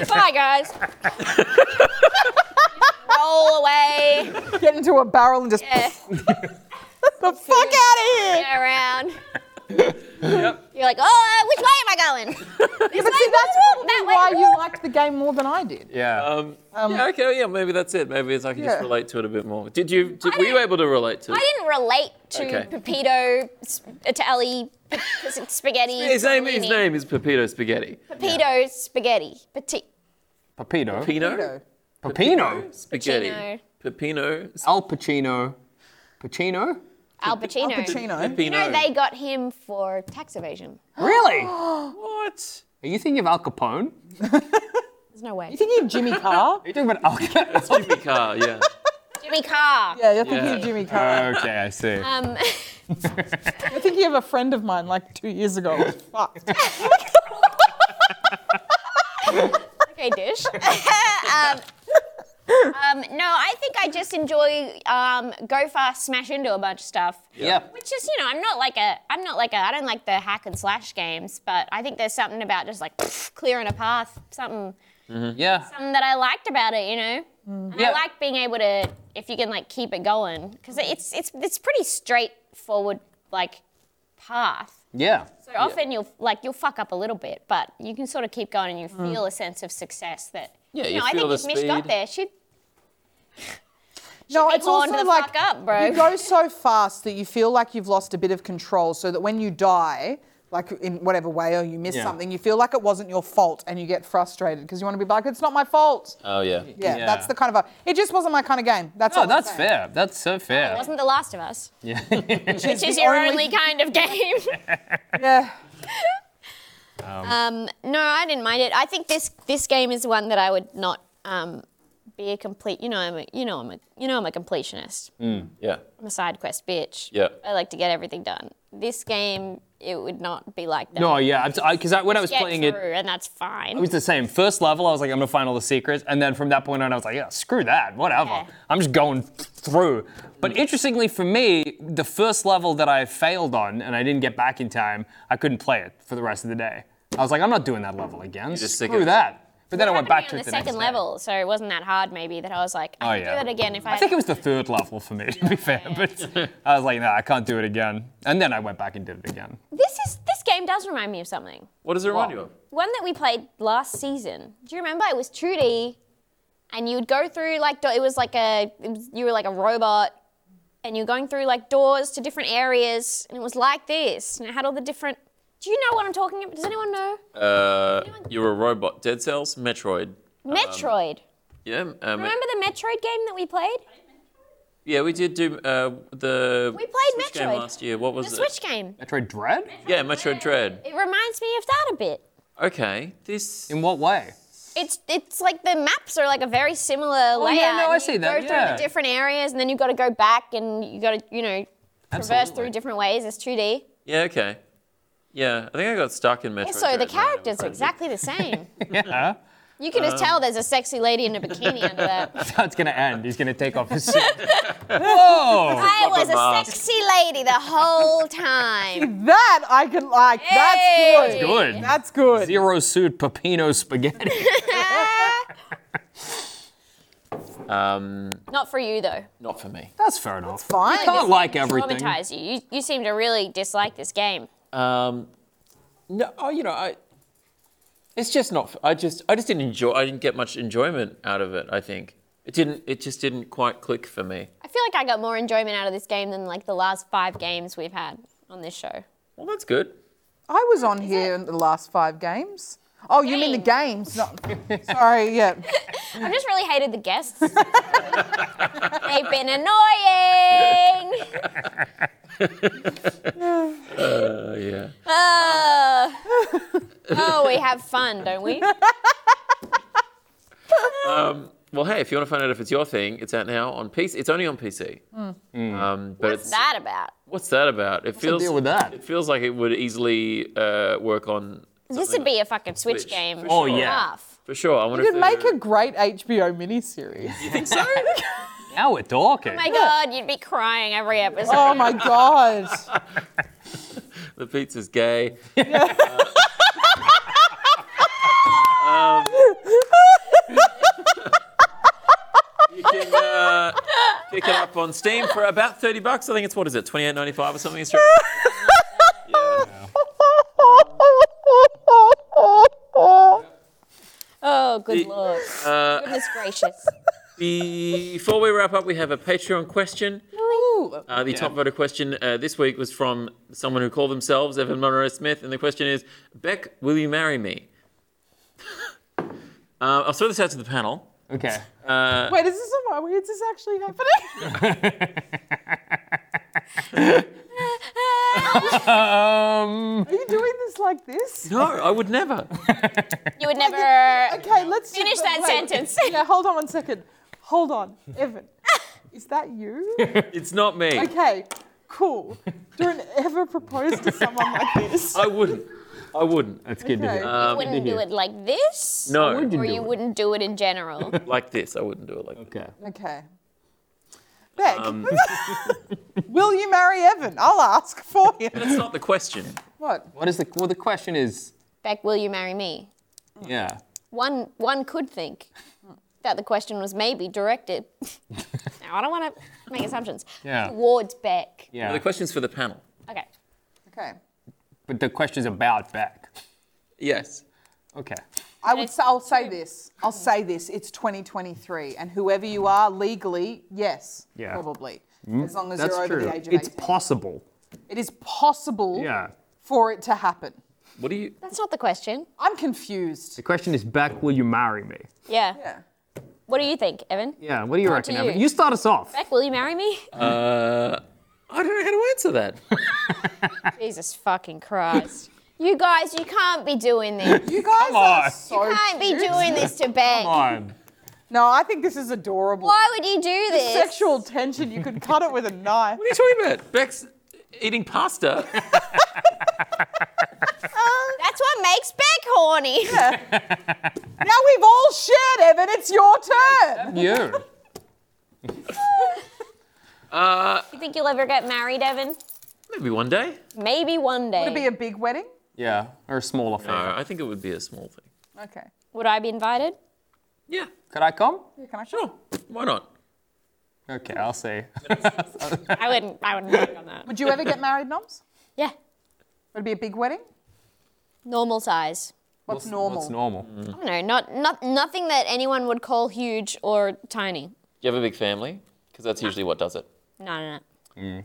Speaker 3: Bye
Speaker 2: [laughs]
Speaker 3: guys. Roll away.
Speaker 4: Get into a barrel and just
Speaker 3: Yeah,
Speaker 4: the fuck out of here.
Speaker 3: get around. You're like, oh, which way am I going? This
Speaker 4: But
Speaker 3: way,
Speaker 4: see, that's
Speaker 3: woo, woo,
Speaker 4: probably
Speaker 3: that way.
Speaker 4: why
Speaker 3: woo.
Speaker 4: you liked the game more than I did.
Speaker 5: Yeah.
Speaker 2: Um, yeah, okay, yeah, maybe that's it. Maybe it's, I can
Speaker 4: Yeah.
Speaker 2: just relate to it a bit more. Did you? Did,
Speaker 3: I
Speaker 2: were you
Speaker 3: don't-
Speaker 2: able to relate to?
Speaker 3: I
Speaker 2: it?
Speaker 3: didn't relate to
Speaker 2: Okay.
Speaker 3: Pepito, sp- Itali, p- spaghetti.
Speaker 2: His name. His
Speaker 3: Tortellini.
Speaker 2: name is Pepito Spaghetti.
Speaker 3: Pepito spaghetti. Petit.
Speaker 5: Pepito.
Speaker 2: Pino.
Speaker 5: Pepino.
Speaker 2: Spaghetti. Pepino.
Speaker 5: Al Pacino. Pacino?
Speaker 3: Al Pacino.
Speaker 5: Oh,
Speaker 4: Pacino.
Speaker 3: You know, they got him for tax evasion.
Speaker 5: Really? Are
Speaker 2: What?
Speaker 5: you thinking of Al Capone?
Speaker 3: There's no way.
Speaker 4: You think you Jimmy
Speaker 5: [laughs]
Speaker 4: Carr?
Speaker 5: Are you talking about Al Capone?
Speaker 2: Jimmy Carr. Yeah.
Speaker 3: Jimmy Carr.
Speaker 4: Yeah, you're thinking of
Speaker 2: Yeah.
Speaker 4: Jimmy Carr.
Speaker 5: [laughs] okay, I see.
Speaker 3: Um, [laughs]
Speaker 4: I think you have a friend of mine like two years ago. I was fucked.
Speaker 5: [laughs]
Speaker 3: okay, dish. um, um, no, I think I just enjoy um, go fast, smash into a bunch of stuff.
Speaker 5: yeah.
Speaker 3: Which is, you know, I'm not like a, I'm not like a, I don't like the hack and slash games, but I think there's something about just like [sniffs] clearing a path, something,
Speaker 5: Yeah.
Speaker 3: something that I liked about it, you know. And
Speaker 5: Mm. Yeah.
Speaker 3: I like being able to, if you can like keep it going, because it's it's it's pretty straightforward like path.
Speaker 5: Yeah.
Speaker 3: So often you'll like you'll fuck up a little bit, but you can sort of keep going and you
Speaker 5: Mm.
Speaker 3: feel a sense of success that
Speaker 2: Yeah,
Speaker 3: you
Speaker 2: you
Speaker 3: know, I
Speaker 2: feel
Speaker 3: think
Speaker 2: the
Speaker 3: if Mish got
Speaker 2: speed.
Speaker 3: there, she'd
Speaker 4: [laughs] No,
Speaker 3: be
Speaker 4: it's
Speaker 3: horned
Speaker 4: also
Speaker 3: the
Speaker 4: like
Speaker 3: fuck up, bro.
Speaker 4: you go so fast that you feel like you've lost a bit of control, so that when you die, like in whatever way, or you miss
Speaker 5: Yeah.
Speaker 4: something, you feel like it wasn't your fault, and you get frustrated because you want to be like, "It's not my fault."
Speaker 2: Oh yeah.
Speaker 4: Yeah,
Speaker 5: Yeah.
Speaker 4: that's the kind of a. It just wasn't my kind of game. That's
Speaker 5: Oh,
Speaker 4: all I'm
Speaker 5: that's
Speaker 4: saying.
Speaker 5: fair. That's so fair.
Speaker 3: wasn't the last of us.
Speaker 5: Yeah.
Speaker 3: Which is
Speaker 4: the
Speaker 3: your
Speaker 4: only-
Speaker 3: only kind
Speaker 5: [laughs]
Speaker 3: of game.
Speaker 4: [laughs]
Speaker 3: [laughs]
Speaker 4: Yeah,
Speaker 3: Um, no, I didn't mind it. I think this this game is one that I would not um, be a complete. You know, I'm a, you know, I'm a, you know, I'm a completionist.
Speaker 5: Mm.
Speaker 2: Yeah.
Speaker 3: I'm a side quest bitch.
Speaker 2: Yeah.
Speaker 3: I like to get everything done. This game, it would not be like that.
Speaker 5: No, yeah, because I, when I was
Speaker 3: Get
Speaker 5: playing
Speaker 3: through,
Speaker 5: it,
Speaker 3: and that's fine.
Speaker 5: it was the same. First level, I was like, I'm gonna find all the secrets, and then from that point on, I was like, yeah, screw that, whatever.
Speaker 3: Yeah.
Speaker 5: I'm just going through. But interestingly for me, the first level that I failed on and I didn't get back in time, I couldn't play it for the rest of the day. I was like, I'm not doing that level again.
Speaker 2: just sick
Speaker 5: screw
Speaker 2: of-
Speaker 5: that. But then I went
Speaker 3: Happened
Speaker 5: back
Speaker 3: me
Speaker 5: to
Speaker 3: on
Speaker 5: it the
Speaker 3: the second
Speaker 5: next day.
Speaker 3: level, so it wasn't that hard. Maybe that I was like, I
Speaker 5: Oh,
Speaker 3: can
Speaker 5: yeah.
Speaker 3: do that again if I.
Speaker 5: I think it
Speaker 3: [laughs]
Speaker 5: was the third level for me, to be fair. But I was like, no, I can't do it again. And then I went back and did it again.
Speaker 3: This is this game does remind me of something.
Speaker 2: What does it remind you of?
Speaker 3: One that we played last season. Do you remember? It was 2D, and you would go through like do- it was like a it was, you were like a robot, and you were going through like doors to different areas, and it was like this, and it had all the different. Do you know what I'm talking about? Does anyone know?
Speaker 2: Uh, you're a robot. Dead Cells, Metroid.
Speaker 3: Metroid.
Speaker 2: Yeah. Um,
Speaker 3: Remember the Metroid game that we played?
Speaker 2: Yeah, we did do uh, the
Speaker 3: We played
Speaker 2: Switch game
Speaker 3: Metroid.
Speaker 2: last year. What
Speaker 3: The
Speaker 2: was it?
Speaker 3: Switch game.
Speaker 5: Metroid Dread?
Speaker 2: Yeah, Metroid Dread.
Speaker 3: It reminds me of that a bit.
Speaker 2: Okay, this.
Speaker 5: In what way? [laughs]
Speaker 3: It's it's like the maps are like a very similar layout.
Speaker 5: Oh, yeah, no,
Speaker 3: and
Speaker 5: I
Speaker 3: you
Speaker 5: see that,
Speaker 3: Go
Speaker 5: yeah.
Speaker 3: through the different areas, and then you've got to go back, and you got to you know traverse
Speaker 2: Absolutely.
Speaker 3: through different ways. It's 2D.
Speaker 2: Yeah, okay. Yeah, I think I got stuck in Metroid.
Speaker 3: Also,
Speaker 2: Dread
Speaker 3: the
Speaker 2: when I
Speaker 3: characters
Speaker 2: was a
Speaker 3: are
Speaker 2: kid.
Speaker 3: exactly the same.
Speaker 5: [laughs] Yeah. Um,
Speaker 3: You can just tell there's a sexy lady in a bikini under
Speaker 5: [laughs]
Speaker 3: that.
Speaker 5: That's gonna end. He's gonna take off his suit. Whoa!
Speaker 3: I was a
Speaker 2: mask.
Speaker 3: sexy lady the whole time. [laughs]
Speaker 4: That I can like. That's
Speaker 3: Hey!
Speaker 4: good.
Speaker 5: Good.
Speaker 4: That's good.
Speaker 5: Zero suit Pepino spaghetti.
Speaker 2: Um,
Speaker 3: Not for you though.
Speaker 2: not for me.
Speaker 5: That's fair enough.
Speaker 4: Fine.
Speaker 5: I can't like everything.
Speaker 3: Traumatized you. you. You seem to really dislike this game.
Speaker 2: Um, no, oh, you know, I. It's just not. f- I just, I just didn't enjoy. I didn't get much enjoyment out of it. I think it didn't. It just didn't quite click for me.
Speaker 3: I feel like I got more enjoyment out of this game than like the last five games we've had on this show.
Speaker 2: Well, that's good.
Speaker 4: I was on here in the last five games. Oh, you mean the games? Not, sorry, yeah.
Speaker 3: I just really hated the guests. They've been annoying.
Speaker 2: Oh yeah.
Speaker 3: Uh, oh, we have fun, don't we?
Speaker 2: Well, hey, if you want to find out if it's your thing, it's out now on PC. It's only on PC. Um, but
Speaker 3: Hmm. What's
Speaker 2: it's,
Speaker 3: that about?
Speaker 2: what's that about? It feels
Speaker 5: deal with that?
Speaker 2: It feels like it would easily uh, work on
Speaker 3: This would be a fucking Switch,
Speaker 2: Switch,
Speaker 3: game.
Speaker 2: for
Speaker 5: Oh, sure. yeah.
Speaker 3: Rough.
Speaker 2: for sure. I wonder
Speaker 4: You could
Speaker 2: if
Speaker 4: make
Speaker 2: they're-
Speaker 4: a great HBO miniseries.
Speaker 5: Now we're talking.
Speaker 3: Oh my god, you'd be crying every episode.
Speaker 4: Oh
Speaker 3: [laughs]
Speaker 4: my god.
Speaker 2: the pizza's gay. Uh, [laughs] um, You can uh, pick it up on Steam for about 30 bucks. I think it's, what is it, 28.95 or something? Australian?
Speaker 3: Oh, good
Speaker 2: The-
Speaker 3: lord.
Speaker 2: Uh,
Speaker 3: Goodness gracious.
Speaker 2: Before we wrap up, we have a Patreon question. Uh, the top voter question uh, this week was from someone who called themselves Evan Monroe Smith, and the question is Beck, will you marry me? [laughs] uh, I'll throw this out to the panel.
Speaker 5: Okay.
Speaker 4: Wait, is this on my is this actually happening? [laughs]
Speaker 5: Um.
Speaker 4: Are you doing this like this?
Speaker 2: No, I would never.
Speaker 3: You would never.
Speaker 4: Okay, let's do-
Speaker 3: Finish that sentence.
Speaker 4: [laughs] Yeah, hold on one second. Hold on, Evan. Is that you?
Speaker 2: [laughs] It's not me.
Speaker 4: Okay, cool. Don't ever propose to someone like this.
Speaker 2: I wouldn't. I wouldn't.
Speaker 5: That's good
Speaker 4: Okay.
Speaker 5: to hear.
Speaker 3: You wouldn't do it like this.
Speaker 2: No,
Speaker 3: Or you wouldn't do it in general.
Speaker 2: like this. I wouldn't do it like this.
Speaker 5: Okay.
Speaker 4: Okay. Beck,
Speaker 5: Um.
Speaker 4: [laughs] will you marry Evan? I'll ask for
Speaker 5: [laughs]
Speaker 4: you.
Speaker 2: That's not the question.
Speaker 4: What?
Speaker 5: What is the well? The question is,
Speaker 3: Beck, will you marry me?
Speaker 5: yeah.
Speaker 3: One one could think that the question was
Speaker 5: [laughs]
Speaker 3: maybe directed. now I don't want to make assumptions.
Speaker 5: Yeah.
Speaker 3: Towards Beck.
Speaker 5: Yeah.
Speaker 2: The question's for the panel.
Speaker 3: Okay.
Speaker 4: Okay.
Speaker 5: but the question's about back.
Speaker 2: Yes.
Speaker 5: Okay.
Speaker 4: I would say, I'll say this. I'll say this. It's 2023, and whoever you are legally, yes,
Speaker 5: Yeah.
Speaker 4: probably. As long
Speaker 5: Mm-hmm.
Speaker 4: as
Speaker 5: That's
Speaker 4: you're over
Speaker 5: true.
Speaker 4: the age of
Speaker 5: It's
Speaker 4: 18.
Speaker 5: possible.
Speaker 4: it is possible
Speaker 5: Yeah.
Speaker 4: for it to happen.
Speaker 2: What do you?
Speaker 3: That's not the question.
Speaker 4: I'm confused.
Speaker 5: [laughs] The question is, Beck, will you marry me?
Speaker 3: Yeah.
Speaker 4: Yeah.
Speaker 3: What do you think, Evan?
Speaker 5: Yeah. What do you
Speaker 3: Not
Speaker 5: reckon?
Speaker 3: to
Speaker 5: Evan?
Speaker 3: you.
Speaker 5: you start us off.
Speaker 3: Beck, will you marry me?
Speaker 2: Uh, I don't know how to answer that.
Speaker 3: Jesus fucking Christ. You guys,
Speaker 4: [laughs]
Speaker 3: you can't be doing this.
Speaker 4: You guys
Speaker 5: on.
Speaker 4: are so
Speaker 3: You can't be doing this to Beck.
Speaker 5: Come on.
Speaker 4: No, I think this is adorable.
Speaker 3: Why would you do
Speaker 4: The
Speaker 3: this?
Speaker 4: Sexual tension, you could cut it with a knife.
Speaker 2: What are you talking about? [laughs] Beck's eating pasta.
Speaker 3: That's what makes Beck horny.
Speaker 4: now we've all shared, Evan, it's your turn.
Speaker 5: You.
Speaker 3: [laughs] you think you'll ever get married, Evan?
Speaker 2: [laughs] Maybe one day.
Speaker 3: Maybe one day.
Speaker 4: Would it be a big wedding?
Speaker 5: Yeah, or a smaller thing.
Speaker 2: No, Uh, I think it would be a small thing.
Speaker 4: Okay.
Speaker 3: Would I be invited?
Speaker 2: Yeah,
Speaker 5: Could I come?
Speaker 4: Can I sure.
Speaker 2: why not?
Speaker 5: Okay, I'll see.
Speaker 3: I wouldn't. I wouldn't vote on
Speaker 4: [laughs]
Speaker 3: that.
Speaker 4: Would you ever get married, Noms?
Speaker 3: Yeah,
Speaker 4: Would it be a big wedding?
Speaker 3: normal size.
Speaker 4: What's, normal?
Speaker 5: What's normal?
Speaker 3: I don't know. Not, not nothing that anyone would call huge or tiny.
Speaker 2: Do you have a big family? Because that's usually what does it.
Speaker 3: No, no, no.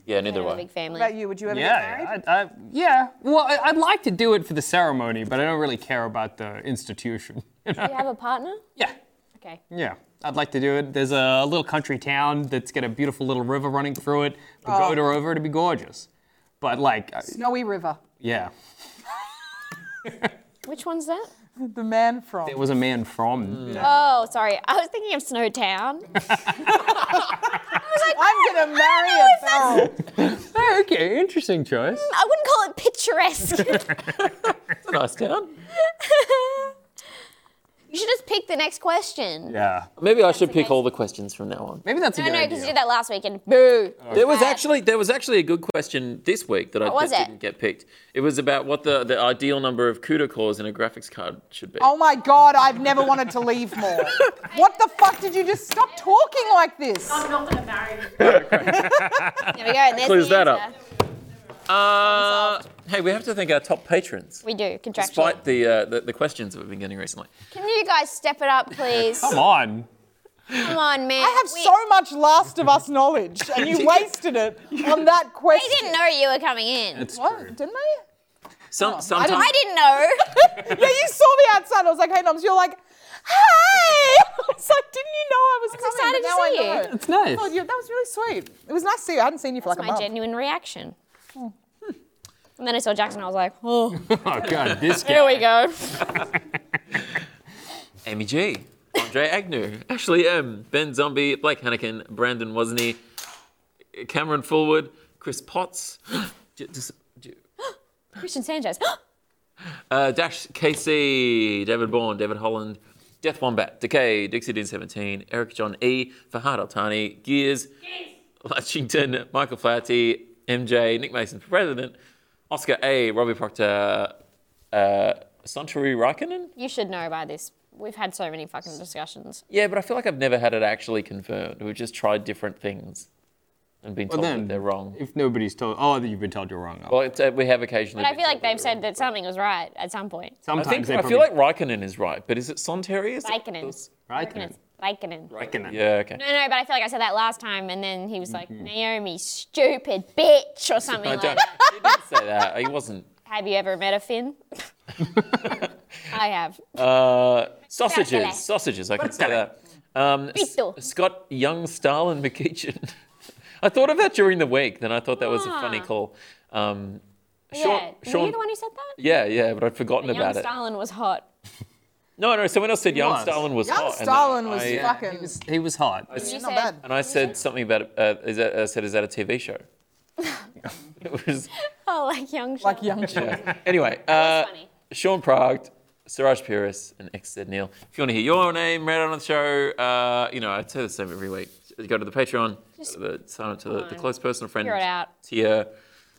Speaker 2: Yeah,
Speaker 3: I
Speaker 2: neither
Speaker 3: don't have a
Speaker 2: way.
Speaker 3: big family.
Speaker 4: What about you? Would you ever get married?
Speaker 5: Yeah, I, I, yeah. Well, I, I'd like to do it for the ceremony, but I don't really care about the institution. [laughs]
Speaker 3: Do you have a partner?
Speaker 5: yeah,
Speaker 3: Okay.
Speaker 5: yeah. I'd like to do it. There's a little country town that's got a beautiful little river running through it. Pagoda over. It'd be gorgeous. But like, I-
Speaker 4: Snowy River. [laughs]
Speaker 5: yeah,
Speaker 3: Which one's that?
Speaker 4: The man from.
Speaker 5: there was a man from.
Speaker 3: Oh, sorry. I was thinking of Snowtown.
Speaker 4: I'm gonna marry a barrel.
Speaker 5: Oh, okay, interesting choice.
Speaker 3: [laughs] I wouldn't call it picturesque.
Speaker 2: It's a nice town.
Speaker 3: you should just pick the next question.
Speaker 5: Yeah,
Speaker 2: Maybe I should
Speaker 3: okay.
Speaker 2: pick all the questions from now on.
Speaker 5: maybe that's a
Speaker 3: No,
Speaker 5: good
Speaker 3: no, because you
Speaker 5: idea.
Speaker 3: did that last week and boo.
Speaker 2: There was
Speaker 3: Yeah.
Speaker 2: actually there was actually a good question this week that I
Speaker 3: What was
Speaker 2: that
Speaker 3: it?
Speaker 2: didn't get picked. It was about what the, the ideal number of CUDA cores in a graphics card should be.
Speaker 4: Oh my god, I've never wanted to
Speaker 3: [laughs]
Speaker 4: leave more. what the fuck did you just stop talking like this?
Speaker 3: Oh,
Speaker 6: I'm not going to marry you.
Speaker 3: There we go. And there's
Speaker 2: Clears
Speaker 3: the
Speaker 2: that up.
Speaker 3: answer.
Speaker 2: Uh, hey, we have to thank our top patrons,
Speaker 3: We do contractually.
Speaker 2: despite the, uh, the the questions that we've been getting recently.
Speaker 3: Can you guys step it up, please?
Speaker 5: Come on.
Speaker 3: Come on, man.
Speaker 4: I have
Speaker 3: We-
Speaker 4: so much Last of Us knowledge,
Speaker 5: [laughs]
Speaker 4: and you wasted it on that
Speaker 3: They
Speaker 4: question.
Speaker 3: didn't know you were coming in.
Speaker 5: It's
Speaker 4: What?
Speaker 5: true.
Speaker 4: Didn't they?
Speaker 2: Some
Speaker 3: Oh, I
Speaker 2: sometimes
Speaker 3: didn't, know. [laughs]
Speaker 4: yeah, you saw me outside. and I was like, "Hey, Noms," you're like, "Hey!" [laughs] I was like, "Didn't you know I was coming?"
Speaker 3: excited
Speaker 4: But
Speaker 3: to
Speaker 4: now
Speaker 3: see
Speaker 4: I
Speaker 3: you.
Speaker 4: know.
Speaker 5: It's nice.
Speaker 4: Oh, you- that was really sweet. It was nice to see you. I hadn't seen you for
Speaker 3: That's
Speaker 4: like
Speaker 3: my
Speaker 4: a month.
Speaker 3: genuine reaction. Hmm. And then I saw Jackson. I was like, oh,
Speaker 5: Oh god, this guy.
Speaker 3: here we go.
Speaker 2: Amy G, Andre Agnew, Ashley M, Ben Zombie, Blake Hannikin, Brandon Wozni, Cameron Fullwood, Chris Potts, [gasps] J- dis- J-
Speaker 3: Christian Sanchez. [gasps]
Speaker 2: uh, Dash KC, David Bourne, David Holland, Death Wombat, Decay, Dixie Dean 17, Eric John E, Fahad Altani, Gears, Lutchington, Michael Flaherty, MJ, Nick Mason for president, Oscar A, Robbie Proctor, uh, Santuri Raikkonen?
Speaker 3: you should know by this. We've had so many fucking discussions.
Speaker 2: Yeah, but I feel like I've never had it actually confirmed. We've just tried different things and been told
Speaker 5: then-
Speaker 2: that they're wrong.
Speaker 5: If nobody's told, oh, you've been told you're wrong.
Speaker 2: Well, it's, uh, we have occasionally.
Speaker 3: But I
Speaker 2: been
Speaker 3: feel like
Speaker 2: told
Speaker 3: they've
Speaker 2: they're wrong.
Speaker 3: said that something was right at some point.
Speaker 2: I
Speaker 5: Sometimes
Speaker 2: think
Speaker 5: they
Speaker 2: I
Speaker 5: probably
Speaker 2: feel like Raikkonen is right, but is it Sonteri? Is it-
Speaker 3: Raikkonen.
Speaker 5: Right?
Speaker 3: Raikkonen. Raikkonen.
Speaker 5: Raikkonen.
Speaker 2: Yeah, okay.
Speaker 3: No, no, but I feel like I said that last time, and then he was like, Naomi, stupid bitch, or
Speaker 2: Mm-hmm.
Speaker 3: something
Speaker 2: I
Speaker 3: like
Speaker 2: don't.
Speaker 3: that.
Speaker 2: [laughs]
Speaker 3: [laughs]
Speaker 2: he didn't say that. He wasn't.
Speaker 3: Have you ever met
Speaker 2: [laughs]
Speaker 3: a Finn? I have.
Speaker 2: Uh,
Speaker 3: Bertele.
Speaker 2: sausages. Sausages. I can say that. Um, S-
Speaker 3: Pito.
Speaker 2: Scott Young Starlin McEachin. [laughs] I thought of that during the week. Then I thought that was a funny
Speaker 3: Ah.
Speaker 2: call. Um,
Speaker 3: yeah.
Speaker 2: Sean,
Speaker 3: Were
Speaker 2: Sean,
Speaker 3: you the one who said that?
Speaker 2: yeah, yeah, but I'd forgotten
Speaker 3: Young
Speaker 2: about it.
Speaker 3: Stalin was hot. [laughs]
Speaker 2: No, no, someone else said Young
Speaker 5: was.
Speaker 2: Stalin was
Speaker 4: Young
Speaker 2: hot. Oh, and
Speaker 4: Stalin
Speaker 2: I-
Speaker 4: was
Speaker 2: I- uh,
Speaker 4: fucking.
Speaker 5: He was hot.
Speaker 3: You
Speaker 4: not
Speaker 3: said-
Speaker 4: bad.
Speaker 2: And I said something about, uh, is that, I said, is that a TV show? it was,
Speaker 3: Oh, like young.
Speaker 4: Like
Speaker 3: Sheldon.
Speaker 4: young children.
Speaker 2: anyway, uh,
Speaker 3: funny.
Speaker 2: Sean Prague, Siraj Puris, and XZ Neil. If you want to hear your name read on the show, uh, you know, I say the same every week. Go to the Patreon,
Speaker 3: Just-
Speaker 2: go to the, sign up to the, the
Speaker 3: on.
Speaker 2: close personal friend
Speaker 3: Figure it out.
Speaker 2: tier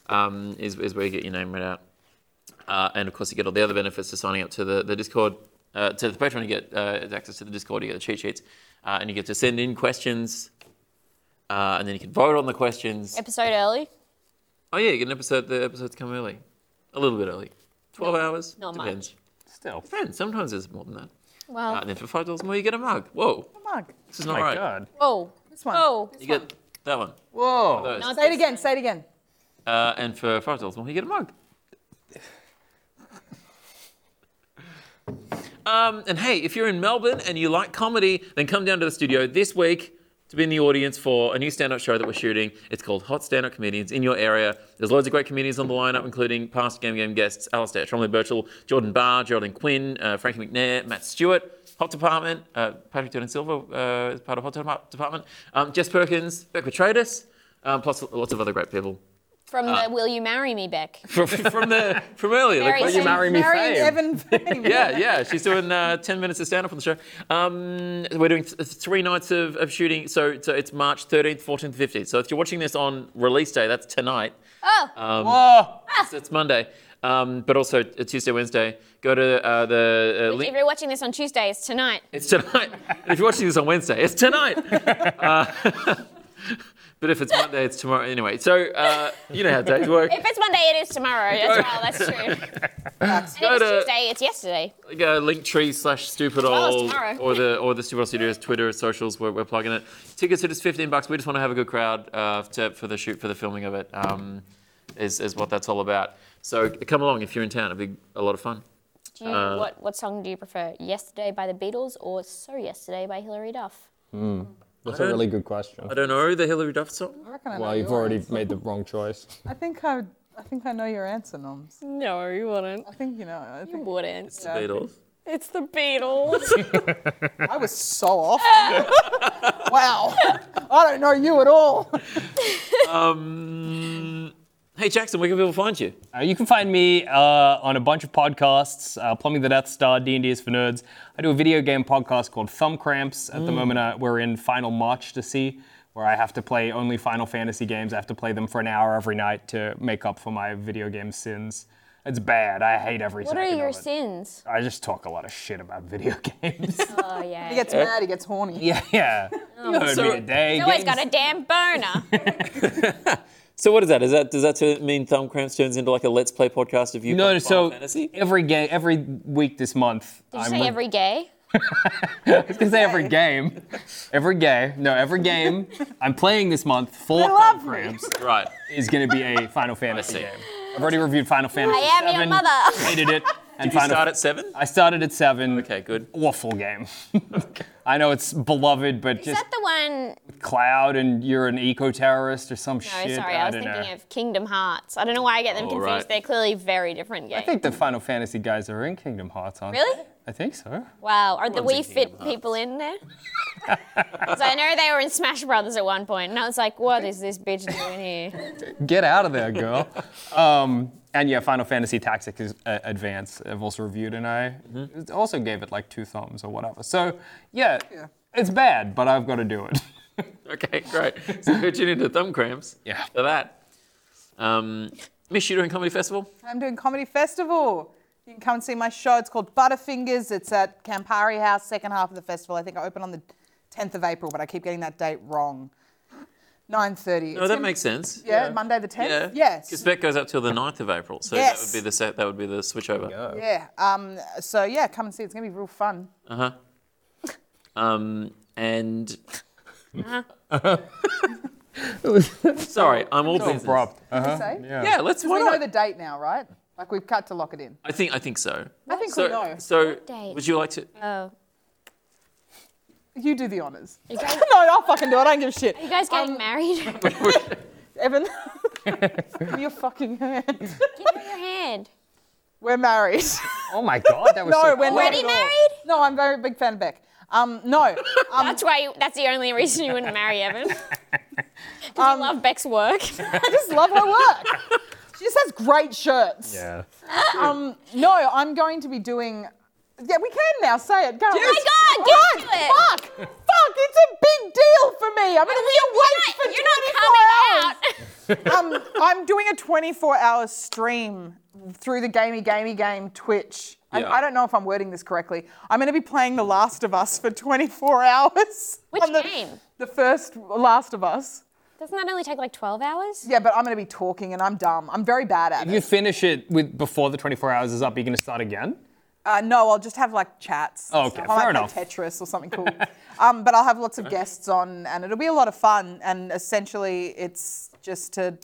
Speaker 2: um, is, is where you get your name read out. Uh, and of course, you get all the other benefits to signing up to the, the Discord, uh, to the Patreon. You get uh, access to the Discord, you get the cheat sheets, uh, and you get to send in questions. Uh, and then you can vote on the questions.
Speaker 3: Episode early.
Speaker 2: Oh yeah, you get an episode. The episodes come early, a little bit early, twelve hours.
Speaker 3: not much.
Speaker 2: depends.
Speaker 5: Still.
Speaker 2: Depends. Sometimes it's more than that.
Speaker 3: Well,
Speaker 2: Uh, and then for five dollars more, you get a mug. Whoa,
Speaker 4: Mug.
Speaker 2: this is
Speaker 5: Oh
Speaker 2: not
Speaker 5: my
Speaker 2: right.
Speaker 5: god.
Speaker 3: whoa,
Speaker 4: This one.
Speaker 3: whoa.
Speaker 2: You get that one.
Speaker 5: Whoa.
Speaker 2: Those.
Speaker 3: Not
Speaker 4: Say it
Speaker 3: this
Speaker 4: again.
Speaker 3: one.
Speaker 4: Say it again.
Speaker 2: Uh, and for five dollars more, you get a mug. Um, and hey, if you're in Melbourne and you like comedy, then come down to the studio this week to be in the audience for a new stand-up show that we're shooting. It's called Hot Stand-Up Comedians in Your Area. There's loads of great comedians on the lineup, including past Game Game guests Alistair Tromley Birchall, Jordan Barr, Geraldine Quinn, uh, Frankie McNair, Matt Stewart. Hot Department, uh, Patrick Jordan Silver uh, is part of Hot Depart- Department. Um, Jess Perkins, Beck Petratus, um, plus lots of other great people
Speaker 3: From
Speaker 5: Uh.
Speaker 3: the Will You Marry Me Beck.
Speaker 2: from, from the from earlier.
Speaker 3: Very
Speaker 2: the question-
Speaker 3: soon.
Speaker 5: marry me
Speaker 4: Marion
Speaker 5: fame.
Speaker 2: [laughs]
Speaker 4: Evan fame.
Speaker 2: yeah, yeah. She's doing uh, 10 minutes of stand up on the show. Um, we're doing th- three nights of, of shooting. So, so it's March 13th, 14th, 15th. So if you're watching this on release day, that's tonight.
Speaker 3: Oh,
Speaker 5: Oh,
Speaker 2: So it's Monday. Um, but also uh, Tuesday, Wednesday. Go to uh, the uh,
Speaker 3: if
Speaker 2: link.
Speaker 3: you're watching this on Tuesday, it's tonight.
Speaker 2: It's tonight. And if you're watching this on Wednesday, it's tonight. Uh, [laughs] but if it's Monday, it's tomorrow. Anyway, so uh, you know how days work.
Speaker 3: If it's Monday, it is tomorrow as well. That's true. [laughs] and if it's
Speaker 2: to-
Speaker 3: Tuesday, it's yesterday.
Speaker 2: uh, linktree slash stupid
Speaker 3: Tomorrow's
Speaker 2: old
Speaker 3: tomorrow.
Speaker 2: or the or the stupid old studios twitter socials we're, we're plugging it tickets are just 15 bucks we just want to have a good crowd uh, to, for the shoot for the filming of it um, is, is what that's all about so come along if you're in town it'll be a lot of fun
Speaker 3: Do you,
Speaker 5: Uh.
Speaker 3: what, what song do you prefer? Yesterday by the Beatles or So Yesterday by Hilary Duff?
Speaker 7: That's a really good question.
Speaker 2: i don't know the hillary duff song
Speaker 4: I reckon I know
Speaker 7: Well, you've
Speaker 4: your
Speaker 7: already
Speaker 4: answer.
Speaker 7: made the wrong choice.
Speaker 4: I think I, I think I know your answer, Noms.
Speaker 3: No, you wouldn't.
Speaker 4: I think you know. I, think,
Speaker 3: Wouldn't.
Speaker 2: the beatles
Speaker 3: It's the Beatles.
Speaker 4: I was [laughs] so off. wow. I don't know you at all.
Speaker 2: hey jackson where can people find you
Speaker 5: Uh, you can find me uh, on a bunch of podcasts, uh, Plumbing the Death Star, D&D is for Nerds. I do a video game podcast called Thumb Cramps. At the moment, uh, we're in Final March to see, where I have to play only Final Fantasy games. I have to play them for an hour every night to make up for my video game sins. It's bad. I hate every
Speaker 3: what are
Speaker 5: second
Speaker 3: your
Speaker 5: of it.
Speaker 3: sins?
Speaker 5: I just talk a lot of shit about video [laughs] games.
Speaker 3: Oh, [laughs] yeah.
Speaker 4: He gets mad. He gets horny.
Speaker 5: yeah, yeah. You heard
Speaker 2: So-
Speaker 5: me today.
Speaker 3: He's always
Speaker 5: Games-
Speaker 3: got a damn boner.
Speaker 2: so what is that is that does that mean thumb cramps turns into like a let's play podcast of you
Speaker 5: No,
Speaker 2: playing Final
Speaker 5: so
Speaker 2: fantasy
Speaker 5: every game, every week this month.
Speaker 3: Did
Speaker 5: [laughs]
Speaker 3: you
Speaker 5: I'm
Speaker 3: say
Speaker 5: re-
Speaker 3: every gay?
Speaker 5: I was gonna say every
Speaker 3: [laughs]
Speaker 5: game, every game. No, every game I'm playing this month for Thumb
Speaker 4: love me.
Speaker 5: Cramps
Speaker 2: right
Speaker 5: is gonna be a Final Fantasy
Speaker 2: see.
Speaker 5: game. I've already reviewed Final Fantasy.
Speaker 3: I am your
Speaker 5: seven, [laughs]
Speaker 3: mother.
Speaker 5: Hated it. And
Speaker 2: you
Speaker 5: Final.
Speaker 2: start at seven
Speaker 5: I started at seven.
Speaker 2: okay good
Speaker 5: Awful game. [laughs] I know it's beloved, but
Speaker 3: Is
Speaker 5: just
Speaker 3: that the one?
Speaker 5: Cloud and you're an eco terrorist or some
Speaker 3: No,
Speaker 5: shit.
Speaker 3: sorry,
Speaker 5: I,
Speaker 3: I was
Speaker 5: don't
Speaker 3: thinking
Speaker 5: know.
Speaker 3: of Kingdom Hearts. I don't know why I get them
Speaker 2: Oh,
Speaker 3: confused.
Speaker 2: right.
Speaker 3: They're clearly very different games.
Speaker 5: I think the Final Fantasy guys are in Kingdom Hearts, aren't
Speaker 3: Really?
Speaker 5: they? I think so.
Speaker 3: Wow, are the
Speaker 2: Everyone's in
Speaker 3: Wii Fit
Speaker 2: Kingdom
Speaker 3: people in there? 'Cause I know they were in Smash Brothers at one point, and I was like, what is this bitch doing here?
Speaker 5: Get out of there, girl. [laughs] um, and yeah, Final Fantasy Tactics is, uh, Advance. I've also reviewed, and I
Speaker 2: Mm-hmm.
Speaker 5: also gave it like two thumbs or whatever. So yeah,
Speaker 4: Yeah.
Speaker 5: it's bad, but I've got to do
Speaker 2: [laughs]
Speaker 5: it.
Speaker 2: Okay, great. So go tune into Thumb Cramps
Speaker 5: Yeah.
Speaker 2: for that. Um, Miss Shooter and Comedy Festival.
Speaker 4: I'm doing comedy festival. You can come and see my show. It's called Butterfingers. It's at Campari House, second half of the festival. I think I open on the 10th of April, but I keep getting that date wrong. 9:30.
Speaker 2: No, Oh, that makes sense.
Speaker 4: Yeah, Monday the 10th.
Speaker 2: Yeah. Because
Speaker 4: Yes.
Speaker 2: that goes up till the 9th of April, so that
Speaker 4: Yes.
Speaker 2: would be the set. That would be the switchover.
Speaker 4: Yeah. Um, so yeah, come and see. It's gonna be real fun.
Speaker 2: Uh-huh. Um, and
Speaker 4: Uh-huh.
Speaker 2: [laughs] sorry, I'm all business.
Speaker 5: Abrupt.
Speaker 4: You say?
Speaker 2: Uh-huh. Yeah, let's. Why
Speaker 4: We know
Speaker 2: not?
Speaker 4: the date now, right? Like we've cut to lock it in.
Speaker 2: I think I think so.
Speaker 4: I think
Speaker 2: So,
Speaker 4: we know.
Speaker 2: so
Speaker 3: date?
Speaker 2: would you like to?
Speaker 3: Oh.
Speaker 4: You do the honors.
Speaker 3: You guys,
Speaker 4: no, I'll fucking do it. I don't give a shit.
Speaker 3: you guys getting married? Give
Speaker 5: [laughs]
Speaker 4: Evan, [laughs] give me your fucking [laughs] hand.
Speaker 3: me your hand.
Speaker 4: We're married.
Speaker 5: Oh my god,
Speaker 2: [laughs]
Speaker 5: that was
Speaker 4: no,
Speaker 5: so
Speaker 4: we're
Speaker 3: Already
Speaker 4: not at all.
Speaker 3: married?
Speaker 4: No, I'm very big fan of Beck. Um, no, um,
Speaker 3: That's why. You, that's the only reason you wouldn't marry Evan. 'Cause you love Beck's work.
Speaker 4: I just love her work. She just has great shirts.
Speaker 5: Yeah.
Speaker 4: Um, no, I'm going to be doing. Yeah, we can now say it. Go. on.
Speaker 3: Oh my God, get
Speaker 4: Right,
Speaker 3: to it.
Speaker 4: Fuck, fuck! It's a big deal for me. I'm going to be awake for
Speaker 3: You're not coming
Speaker 4: 24 hours.
Speaker 3: out.
Speaker 4: um, I'm doing a 24-hour stream through the Gamey Gamey Game Twitch. And
Speaker 2: Yeah.
Speaker 4: I don't know if I'm wording this correctly. I'm going to be playing The Last of Us for 24 hours.
Speaker 3: Which
Speaker 4: on the,
Speaker 3: game?
Speaker 4: The first Last of Us.
Speaker 3: Doesn't that only take like 12 hours?
Speaker 4: Yeah, but I'm going to be talking and I'm dumb. I'm very bad at
Speaker 5: If
Speaker 4: it.
Speaker 5: you finish it with before the 24 hours is up, you're gonna start again.
Speaker 4: Uh, no, I'll just have like chats. and
Speaker 5: Oh, okay.
Speaker 4: stuff.
Speaker 5: Fair
Speaker 4: I might
Speaker 5: enough.
Speaker 4: play Tetris or something cool. [laughs] um, but I'll have lots of guests on, and it'll be a lot of fun. And essentially, it's just to,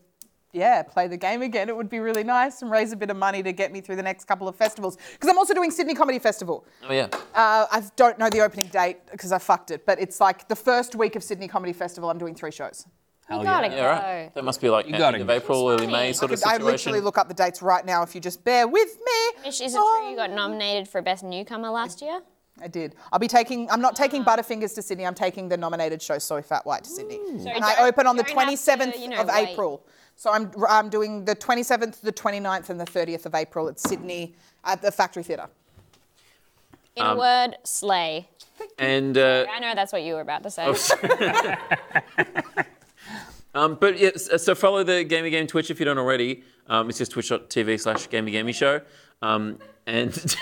Speaker 4: yeah, play the game again. It would be really nice and raise a bit of money to get me through the next couple of festivals. Because I'm also doing Sydney Comedy Festival.
Speaker 2: Oh yeah.
Speaker 4: Uh, I don't know the opening date because I fucked it, but it's like the first week of Sydney Comedy Festival. I'm doing three shows.
Speaker 5: Hell
Speaker 3: you gotta
Speaker 2: yeah, right.
Speaker 3: go.
Speaker 2: That must be like end
Speaker 5: gotta
Speaker 2: of
Speaker 5: go.
Speaker 2: April, early May sort of
Speaker 4: I
Speaker 2: situation.
Speaker 4: literally look up the dates right now. If you just bear with me. Oh,
Speaker 3: Mish, Is it true you got nominated for Best Newcomer last year?
Speaker 4: I did. I'll be taking. I'm not taking
Speaker 3: Uh-huh.
Speaker 4: Butterfingers to Sydney. I'm taking the nominated show So Fat White to Sydney,
Speaker 3: So
Speaker 4: and
Speaker 3: don't-
Speaker 4: I open on the
Speaker 3: don't have to, uh,
Speaker 4: 27th
Speaker 3: you know,
Speaker 4: of
Speaker 3: wait.
Speaker 4: April. So I'm I'm doing the 27th, the 29th, and the 30th of April at Sydney at the Factory Theatre.
Speaker 3: In
Speaker 2: Um,
Speaker 3: a word, slay.
Speaker 2: And uh,
Speaker 3: I know that's what you were about to say.
Speaker 2: oh, Um, but yeah, s- so follow the Gamey Game Twitch if you don't already. Um, it's just twitch.tv slash Gamey Gamey Show. Um, and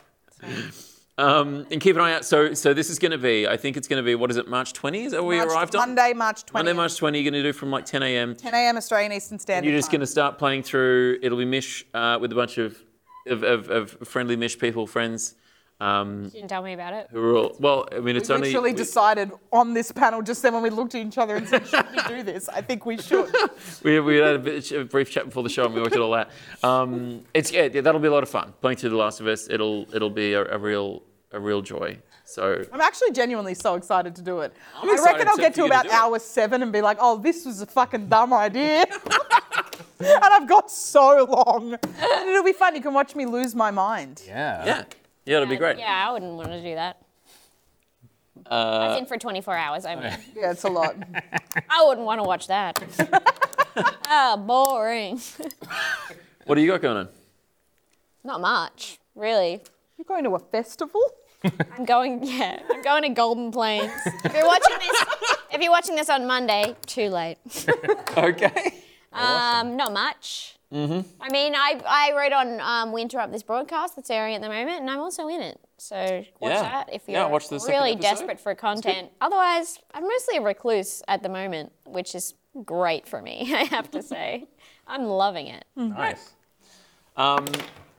Speaker 2: [laughs] um, and keep an eye out. So so this is going to be, I think it's going to be, what is it, March 20? Is that what we
Speaker 4: March-
Speaker 2: arrived on?
Speaker 4: Monday, March 20th.
Speaker 2: Monday, March 20. You're going to do from like 10 a.m.
Speaker 4: 10 a.m. Australian Eastern Standard.
Speaker 2: You're just
Speaker 4: Time.
Speaker 2: going to start playing through. It'll be Mish uh, with a bunch of, of, of, of friendly Mish people, friends. Um,
Speaker 3: you didn't tell me about it.
Speaker 2: who are all, well, I mean, it's
Speaker 4: We
Speaker 2: only.
Speaker 4: literally
Speaker 2: we-
Speaker 4: decided on this panel just then when we looked at each other and said, should we do this? I think we should.
Speaker 2: we, we had a, bit, a brief chat before the show and we worked it all out. Um, it's yeah, that'll be a lot of fun playing through The Last of Us. It'll it'll be a, a real a real joy. So
Speaker 4: I'm actually genuinely so excited to do it. i
Speaker 2: excited
Speaker 4: reckon I'll
Speaker 2: to-
Speaker 4: get
Speaker 2: for
Speaker 4: to
Speaker 2: you to
Speaker 4: about
Speaker 2: do it.
Speaker 4: hour seven and be like, oh, this was a fucking dumb idea. [laughs] and I've got so long. And it'll be fun. You can watch me lose my mind.
Speaker 5: Yeah.
Speaker 2: yeah, yeah, it'll be great.
Speaker 3: Yeah, I wouldn't want to do that.
Speaker 2: Uh,
Speaker 3: I think for 24 hours,
Speaker 2: [laughs]
Speaker 3: I mean.
Speaker 4: Yeah, it's a lot.
Speaker 3: I wouldn't want to watch that. Ah, boring.
Speaker 2: What do you got going on?
Speaker 3: Not much, really.
Speaker 4: You're going to a festival?
Speaker 3: I'm going, [laughs] yeah, I'm going to Golden Plains. If you're watching this, if you're watching this on Monday, too late.
Speaker 2: Okay.
Speaker 3: Um, not much. Mm-hmm. I mean, I, I wrote on um, We Interrupt This Broadcast that's airing at the moment, and I'm also in it. So watch
Speaker 2: Yeah.
Speaker 3: that if you're
Speaker 2: Yeah, watch the second
Speaker 3: really
Speaker 2: episode.
Speaker 3: desperate for content. Otherwise, I'm mostly a recluse at the moment, which is great for me, [laughs] I have to say. I'm loving it.
Speaker 2: Hmm. Nice. Um,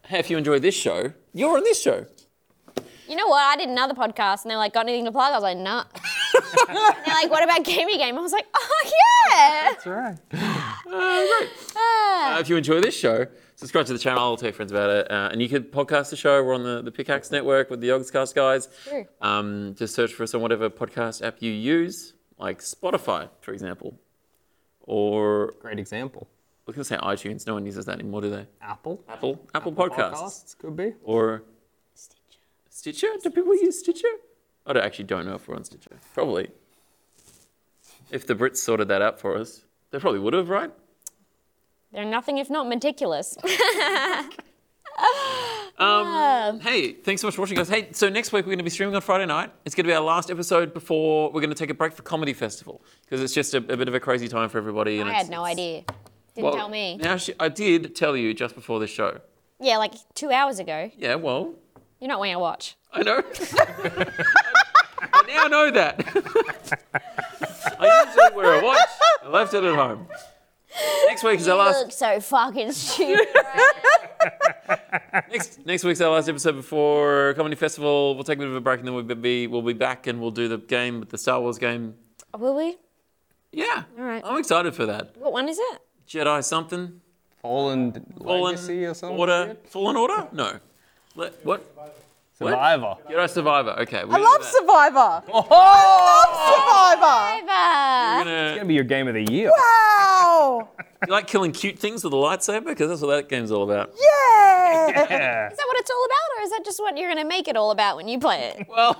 Speaker 2: hey, if you enjoyed this show, you're on this show.
Speaker 3: You know what? I did another podcast, and they were like, got anything to plug? I was like, nah. And they're like, what about Gamey Game? I was like, oh, yeah.
Speaker 2: That's all right. great. Uh, if you enjoy this show, subscribe to the channel. I'll tell your friends about it. Uh, and you could podcast the show. We're on the, the Pickaxe Network with the Yogscast guys.
Speaker 3: Sure.
Speaker 2: Um, just search for us on whatever podcast app you use, like Spotify, for example. Or I
Speaker 5: Great example.
Speaker 2: was going to say iTunes. No one uses that anymore, do they?
Speaker 5: Apple.
Speaker 2: Apple, Apple, Podcasts.
Speaker 5: Could be.
Speaker 2: or Stitcher. Stitcher? Do people use Stitcher? I don't, actually don't know if we're on Stitcher. Probably. If the Brits sorted that out for us, they probably would have, right?
Speaker 3: They're nothing if not meticulous.
Speaker 2: Hey, thanks so much for watching, guys. Hey, so next week we're going to be streaming on Friday night. It's going to be our last episode before we're going to take a break for Comedy Festival because it's just a, a bit of a crazy time for everybody. And
Speaker 3: I
Speaker 2: it's-
Speaker 3: had no
Speaker 2: it's-
Speaker 3: idea. Didn't
Speaker 2: Well,
Speaker 3: tell me.
Speaker 2: Now she, I did tell you just before this show.
Speaker 3: Yeah, like two hours ago.
Speaker 2: Yeah, well,
Speaker 3: You're not wearing a watch.
Speaker 2: I know. [laughs] I now know that. [laughs] I usually wear a watch. I left it at home. Next week is our
Speaker 3: You
Speaker 2: last.
Speaker 3: look so fucking stupid.
Speaker 2: Next, next week's our last episode before Comedy Festival. We'll take a bit of a break and then we'll be we'll be back and we'll do the game, the Star Wars game
Speaker 3: Will we?
Speaker 2: Yeah. All
Speaker 3: right.
Speaker 2: I'm excited for that.
Speaker 3: What one is it?
Speaker 2: Jedi something?
Speaker 5: Fallen,
Speaker 2: Fallen
Speaker 5: Legacy or something.
Speaker 2: Order? Fallen Order? No. Le- what? [laughs]
Speaker 5: Survivor.
Speaker 2: Jedi Survivor. Okay. We're
Speaker 4: I love Survivor.
Speaker 2: Oh.
Speaker 4: I love Survivor.
Speaker 3: Survivor.
Speaker 5: Oh! Gonna be your game of the year.
Speaker 4: Wow.
Speaker 2: you like killing cute things with a lightsaber? Because that's what that game's all about. [laughs]
Speaker 4: Yeah.
Speaker 3: Is that what it's all about, or is that just what you're gonna make it all about when you play it?
Speaker 2: Well,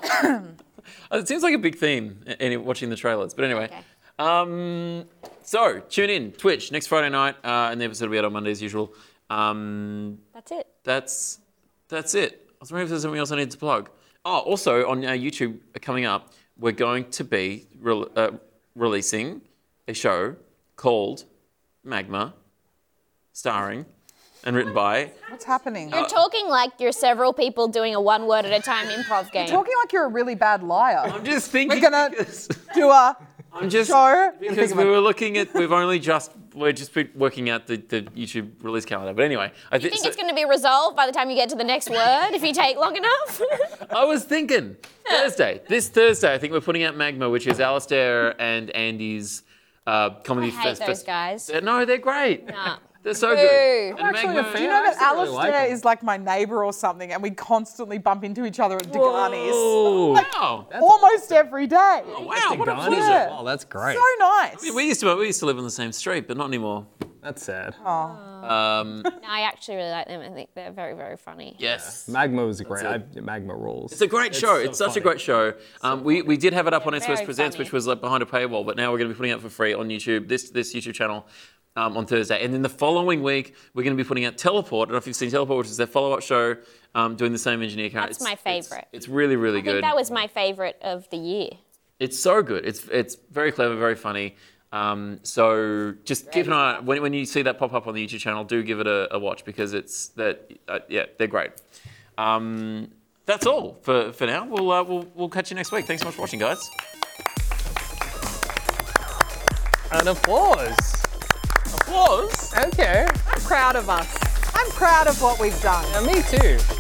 Speaker 2: Uh, it seems like a big theme a- any, watching the trailers. But anyway.
Speaker 3: Okay.
Speaker 2: Um, so, tune in, Twitch, next Friday night, uh, and the episode will be out on Monday as usual. Um,
Speaker 3: That's it.
Speaker 2: that's that's it. I was wondering if there's something else I need to plug. Oh, also on our YouTube uh, coming up, we're going to be re- uh, releasing a show called Magma, starring and written by.
Speaker 4: What's happening?
Speaker 3: You're talking like you're several people doing a one word at a time improv game.
Speaker 4: Talking like you're a really bad liar.
Speaker 2: I'm just thinking.
Speaker 4: We're gonna-
Speaker 2: because-
Speaker 4: Do a
Speaker 2: I'm just
Speaker 4: show.
Speaker 2: because we were looking at. We've only just. We're just been working out the, the YouTube release calendar. But anyway, I
Speaker 3: You
Speaker 2: thi-
Speaker 3: think
Speaker 2: so-
Speaker 3: it's gonna be resolved by the time you get to the next word if you take long enough?
Speaker 2: I was thinking Thursday. This Thursday, I think we're putting out Magma, which is Alistair and Andy's uh, comedy
Speaker 3: I hate
Speaker 2: fest.
Speaker 3: those guys.
Speaker 2: They're- no, they're great.
Speaker 3: Nah.
Speaker 2: They're so
Speaker 3: Boo.
Speaker 2: good.
Speaker 3: I'm
Speaker 2: And Magma,
Speaker 4: Do you know that
Speaker 5: I actually really like
Speaker 4: Alistair
Speaker 5: him.
Speaker 4: is like my neighbour or something, and we constantly bump into each other at Degani's
Speaker 2: Whoa. Wow.
Speaker 4: almost every day.
Speaker 2: Wow, what a
Speaker 5: Done.
Speaker 2: pleasure.
Speaker 5: Wow, that's great.
Speaker 4: So nice.
Speaker 2: We used, to, we used to live on the same street, but not anymore.
Speaker 5: That's sad.
Speaker 3: No, I actually really like them. I think they're very, very funny.
Speaker 2: Yes.
Speaker 5: Magma was great. I, Magma rules.
Speaker 2: It's a great show.
Speaker 5: so
Speaker 2: it's such a
Speaker 5: funny.
Speaker 2: great show. Um, we, we did have it up on
Speaker 3: They're
Speaker 2: SOS
Speaker 3: very
Speaker 2: Presents,
Speaker 3: funny.
Speaker 2: which was like behind a paywall, but now we're going to be putting it up for free on YouTube, this, this YouTube channel um, on Thursday. And then the following week, we're going to be putting out Teleport. I don't know if you've seen Teleport, which is their follow up show um, doing the same engineer character.
Speaker 3: That's my favourite.
Speaker 2: It's, really, really
Speaker 3: I
Speaker 2: good.
Speaker 3: think that was my favorite of the year.
Speaker 2: It's so good. It's it's very clever, very funny. Um, so just keep an eye when when you see that pop up on the YouTube channel. Do give it a, a watch because it's that uh, yeah they're great. Um, that's all for, for now. We'll, uh, we'll we'll catch you next week. Thanks so much for watching, guys.
Speaker 5: An applause.
Speaker 2: Applause.
Speaker 5: Okay.
Speaker 4: I'm proud of us. I'm proud of what we've done.
Speaker 5: Yeah, me too.